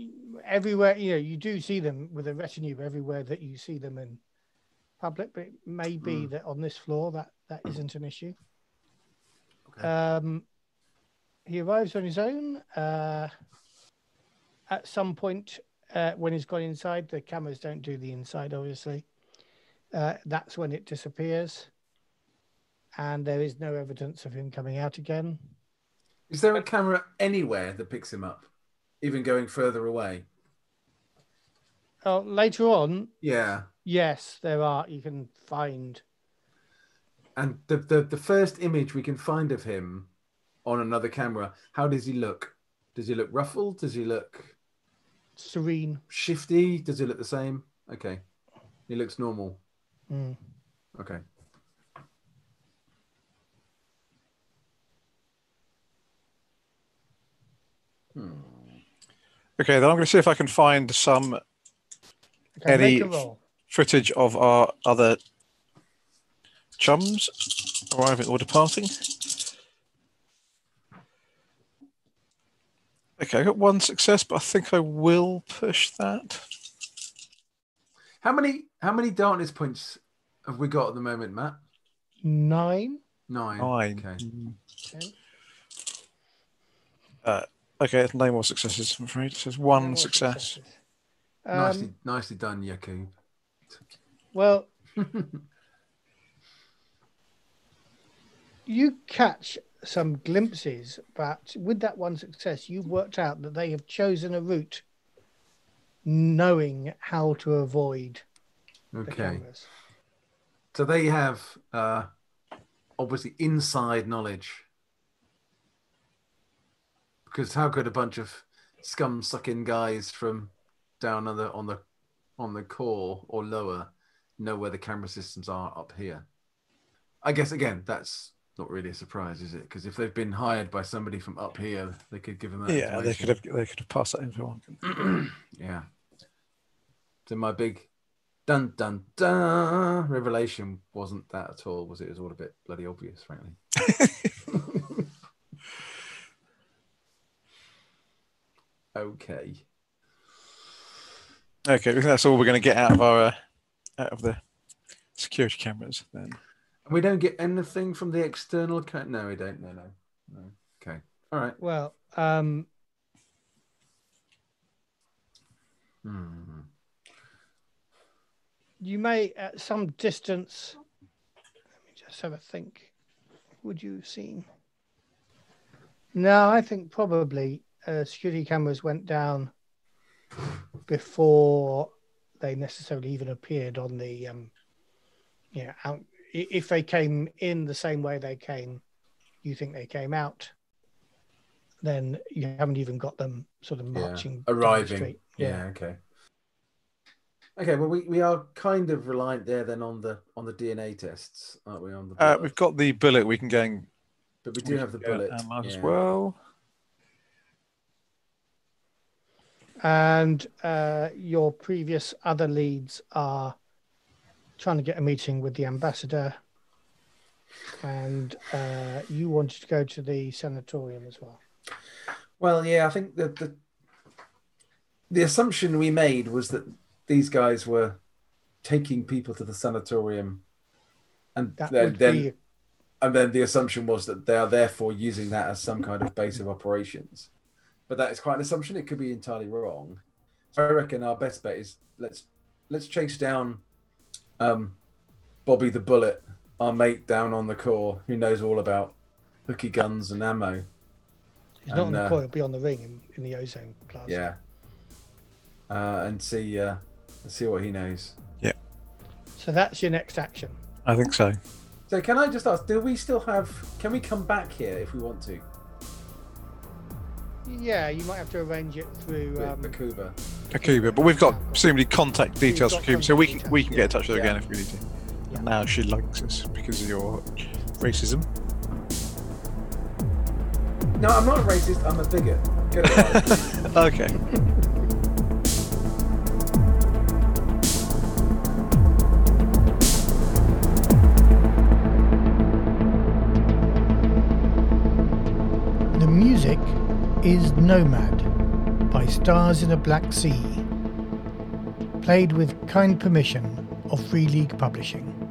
Speaker 3: everywhere you know, you do see them with a retinue everywhere that you see them in public, but it may be that on this floor that that isn't an issue.
Speaker 1: Okay.
Speaker 3: Um, he arrives on his own. Uh, at some point, uh, when he's gone inside, the cameras don't do the inside, obviously. Uh, that's when it disappears, and there is no evidence of him coming out again.
Speaker 1: Is there a camera anywhere that picks him up? Even going further away?
Speaker 3: Oh, later on,
Speaker 1: Yeah.
Speaker 3: yes, there are. You can find
Speaker 1: And the, the the first image we can find of him on another camera, how does he look? Does he look ruffled? Does he look
Speaker 3: serene.
Speaker 1: shifty? Does he look the same? Okay. He looks normal.
Speaker 3: Mm.
Speaker 1: Okay.
Speaker 2: Okay, then I'm going to see if I can find some
Speaker 3: Okay,
Speaker 2: Any-
Speaker 3: make a roll.
Speaker 2: footage of our other chums arriving or departing. Okay, I got one success, but I think I will push that.
Speaker 1: How many how many darkness points have we got at the moment, Matt?
Speaker 3: Nine.
Speaker 1: Nine.
Speaker 2: Nine.
Speaker 1: Okay.
Speaker 3: Okay.
Speaker 2: Okay, it's no more successes, I'm afraid. So it's one
Speaker 3: More
Speaker 2: success.
Speaker 3: successes. Um,
Speaker 1: nicely nicely done, Yakub.
Speaker 2: [LAUGHS]
Speaker 3: Well, you catch some glimpses, but with that one success, you've worked out that they have chosen a route knowing how to avoid the
Speaker 1: Okay.
Speaker 3: cameras.
Speaker 1: So they have uh obviously inside knowledge. Because how could a bunch of scum sucking guys from down on the on the on the core or lower know where the camera systems are up here? I guess again, that's not really a surprise, is it? Because if they've been hired by somebody from up here, they could give them that.
Speaker 2: Yeah, they
Speaker 1: information.
Speaker 2: could have they could have passed that information.
Speaker 1: [CLEARS THROAT] Yeah. So my big dun dun dun revelation wasn't that at all, was it? It was all a bit bloody obvious, frankly. okay.
Speaker 2: Okay, that's all we're going to get out of our uh, out of the security cameras then.
Speaker 1: And we don't get anything from the external ca- No, we don't. No, no. No. Okay. All right.
Speaker 3: Well, um,
Speaker 1: Hmm.
Speaker 3: you may at some distance. Let me just have a think. Would you have seen? No, I think probably uh, security cameras went down before they necessarily even appeared on the. Um, you know, out, i- if they came in the same way they came, you think they came out. Then you haven't even got them sort of
Speaker 1: Yeah,
Speaker 3: marching down the
Speaker 1: Arriving.
Speaker 3: street.
Speaker 1: Yeah. Okay. Okay. Well, we, we are kind of reliant there then on the on the DNA tests, aren't we? On the
Speaker 2: Uh,
Speaker 1: blood?
Speaker 2: we've got the bullet we can go and
Speaker 1: But we
Speaker 2: um,
Speaker 1: do have the
Speaker 2: get,
Speaker 1: bullet.
Speaker 2: um, as
Speaker 1: yeah.
Speaker 2: well.
Speaker 3: And uh, your previous other leads are trying to get a meeting with the ambassador. And uh, you wanted to go to the sanatorium as well.
Speaker 1: Well, yeah, I think that the the assumption we made was that these guys were taking people to the sanatorium, and
Speaker 3: That
Speaker 1: then,
Speaker 3: would
Speaker 1: then
Speaker 3: be
Speaker 1: and then the assumption was that they are therefore using that as some kind of base of operations. But that is quite an assumption; it could be entirely wrong. So I reckon our best bet is let's let's chase down um, Bobby the Bullet, our mate down on the core, who knows all about hooky guns and ammo.
Speaker 3: he's not on
Speaker 1: and,
Speaker 3: the
Speaker 1: uh,
Speaker 3: coil, he'll be on the ring in, in the ozone class.
Speaker 1: Yeah. Uh, and see uh, see what he knows.
Speaker 3: So that's your next action.
Speaker 2: I think so.
Speaker 1: So can I just ask, do we still have can we come back here if we want to?
Speaker 3: Yeah, you might have to arrange it through.
Speaker 1: With
Speaker 3: Um,
Speaker 1: the Cuba.
Speaker 2: Cuba, but we've got presumably contact details for
Speaker 3: got
Speaker 2: Cuba, so we
Speaker 3: contact
Speaker 2: can we can get in touch with her
Speaker 1: Yeah.
Speaker 2: again if we need to. And now she likes us because of your racism.
Speaker 1: No, I'm not a racist, I'm a bigot. Get it
Speaker 2: [LAUGHS]
Speaker 1: right.
Speaker 2: Okay.
Speaker 3: The music is Nomad by Stars in a Black Sea, played with kind permission of Free League Publishing.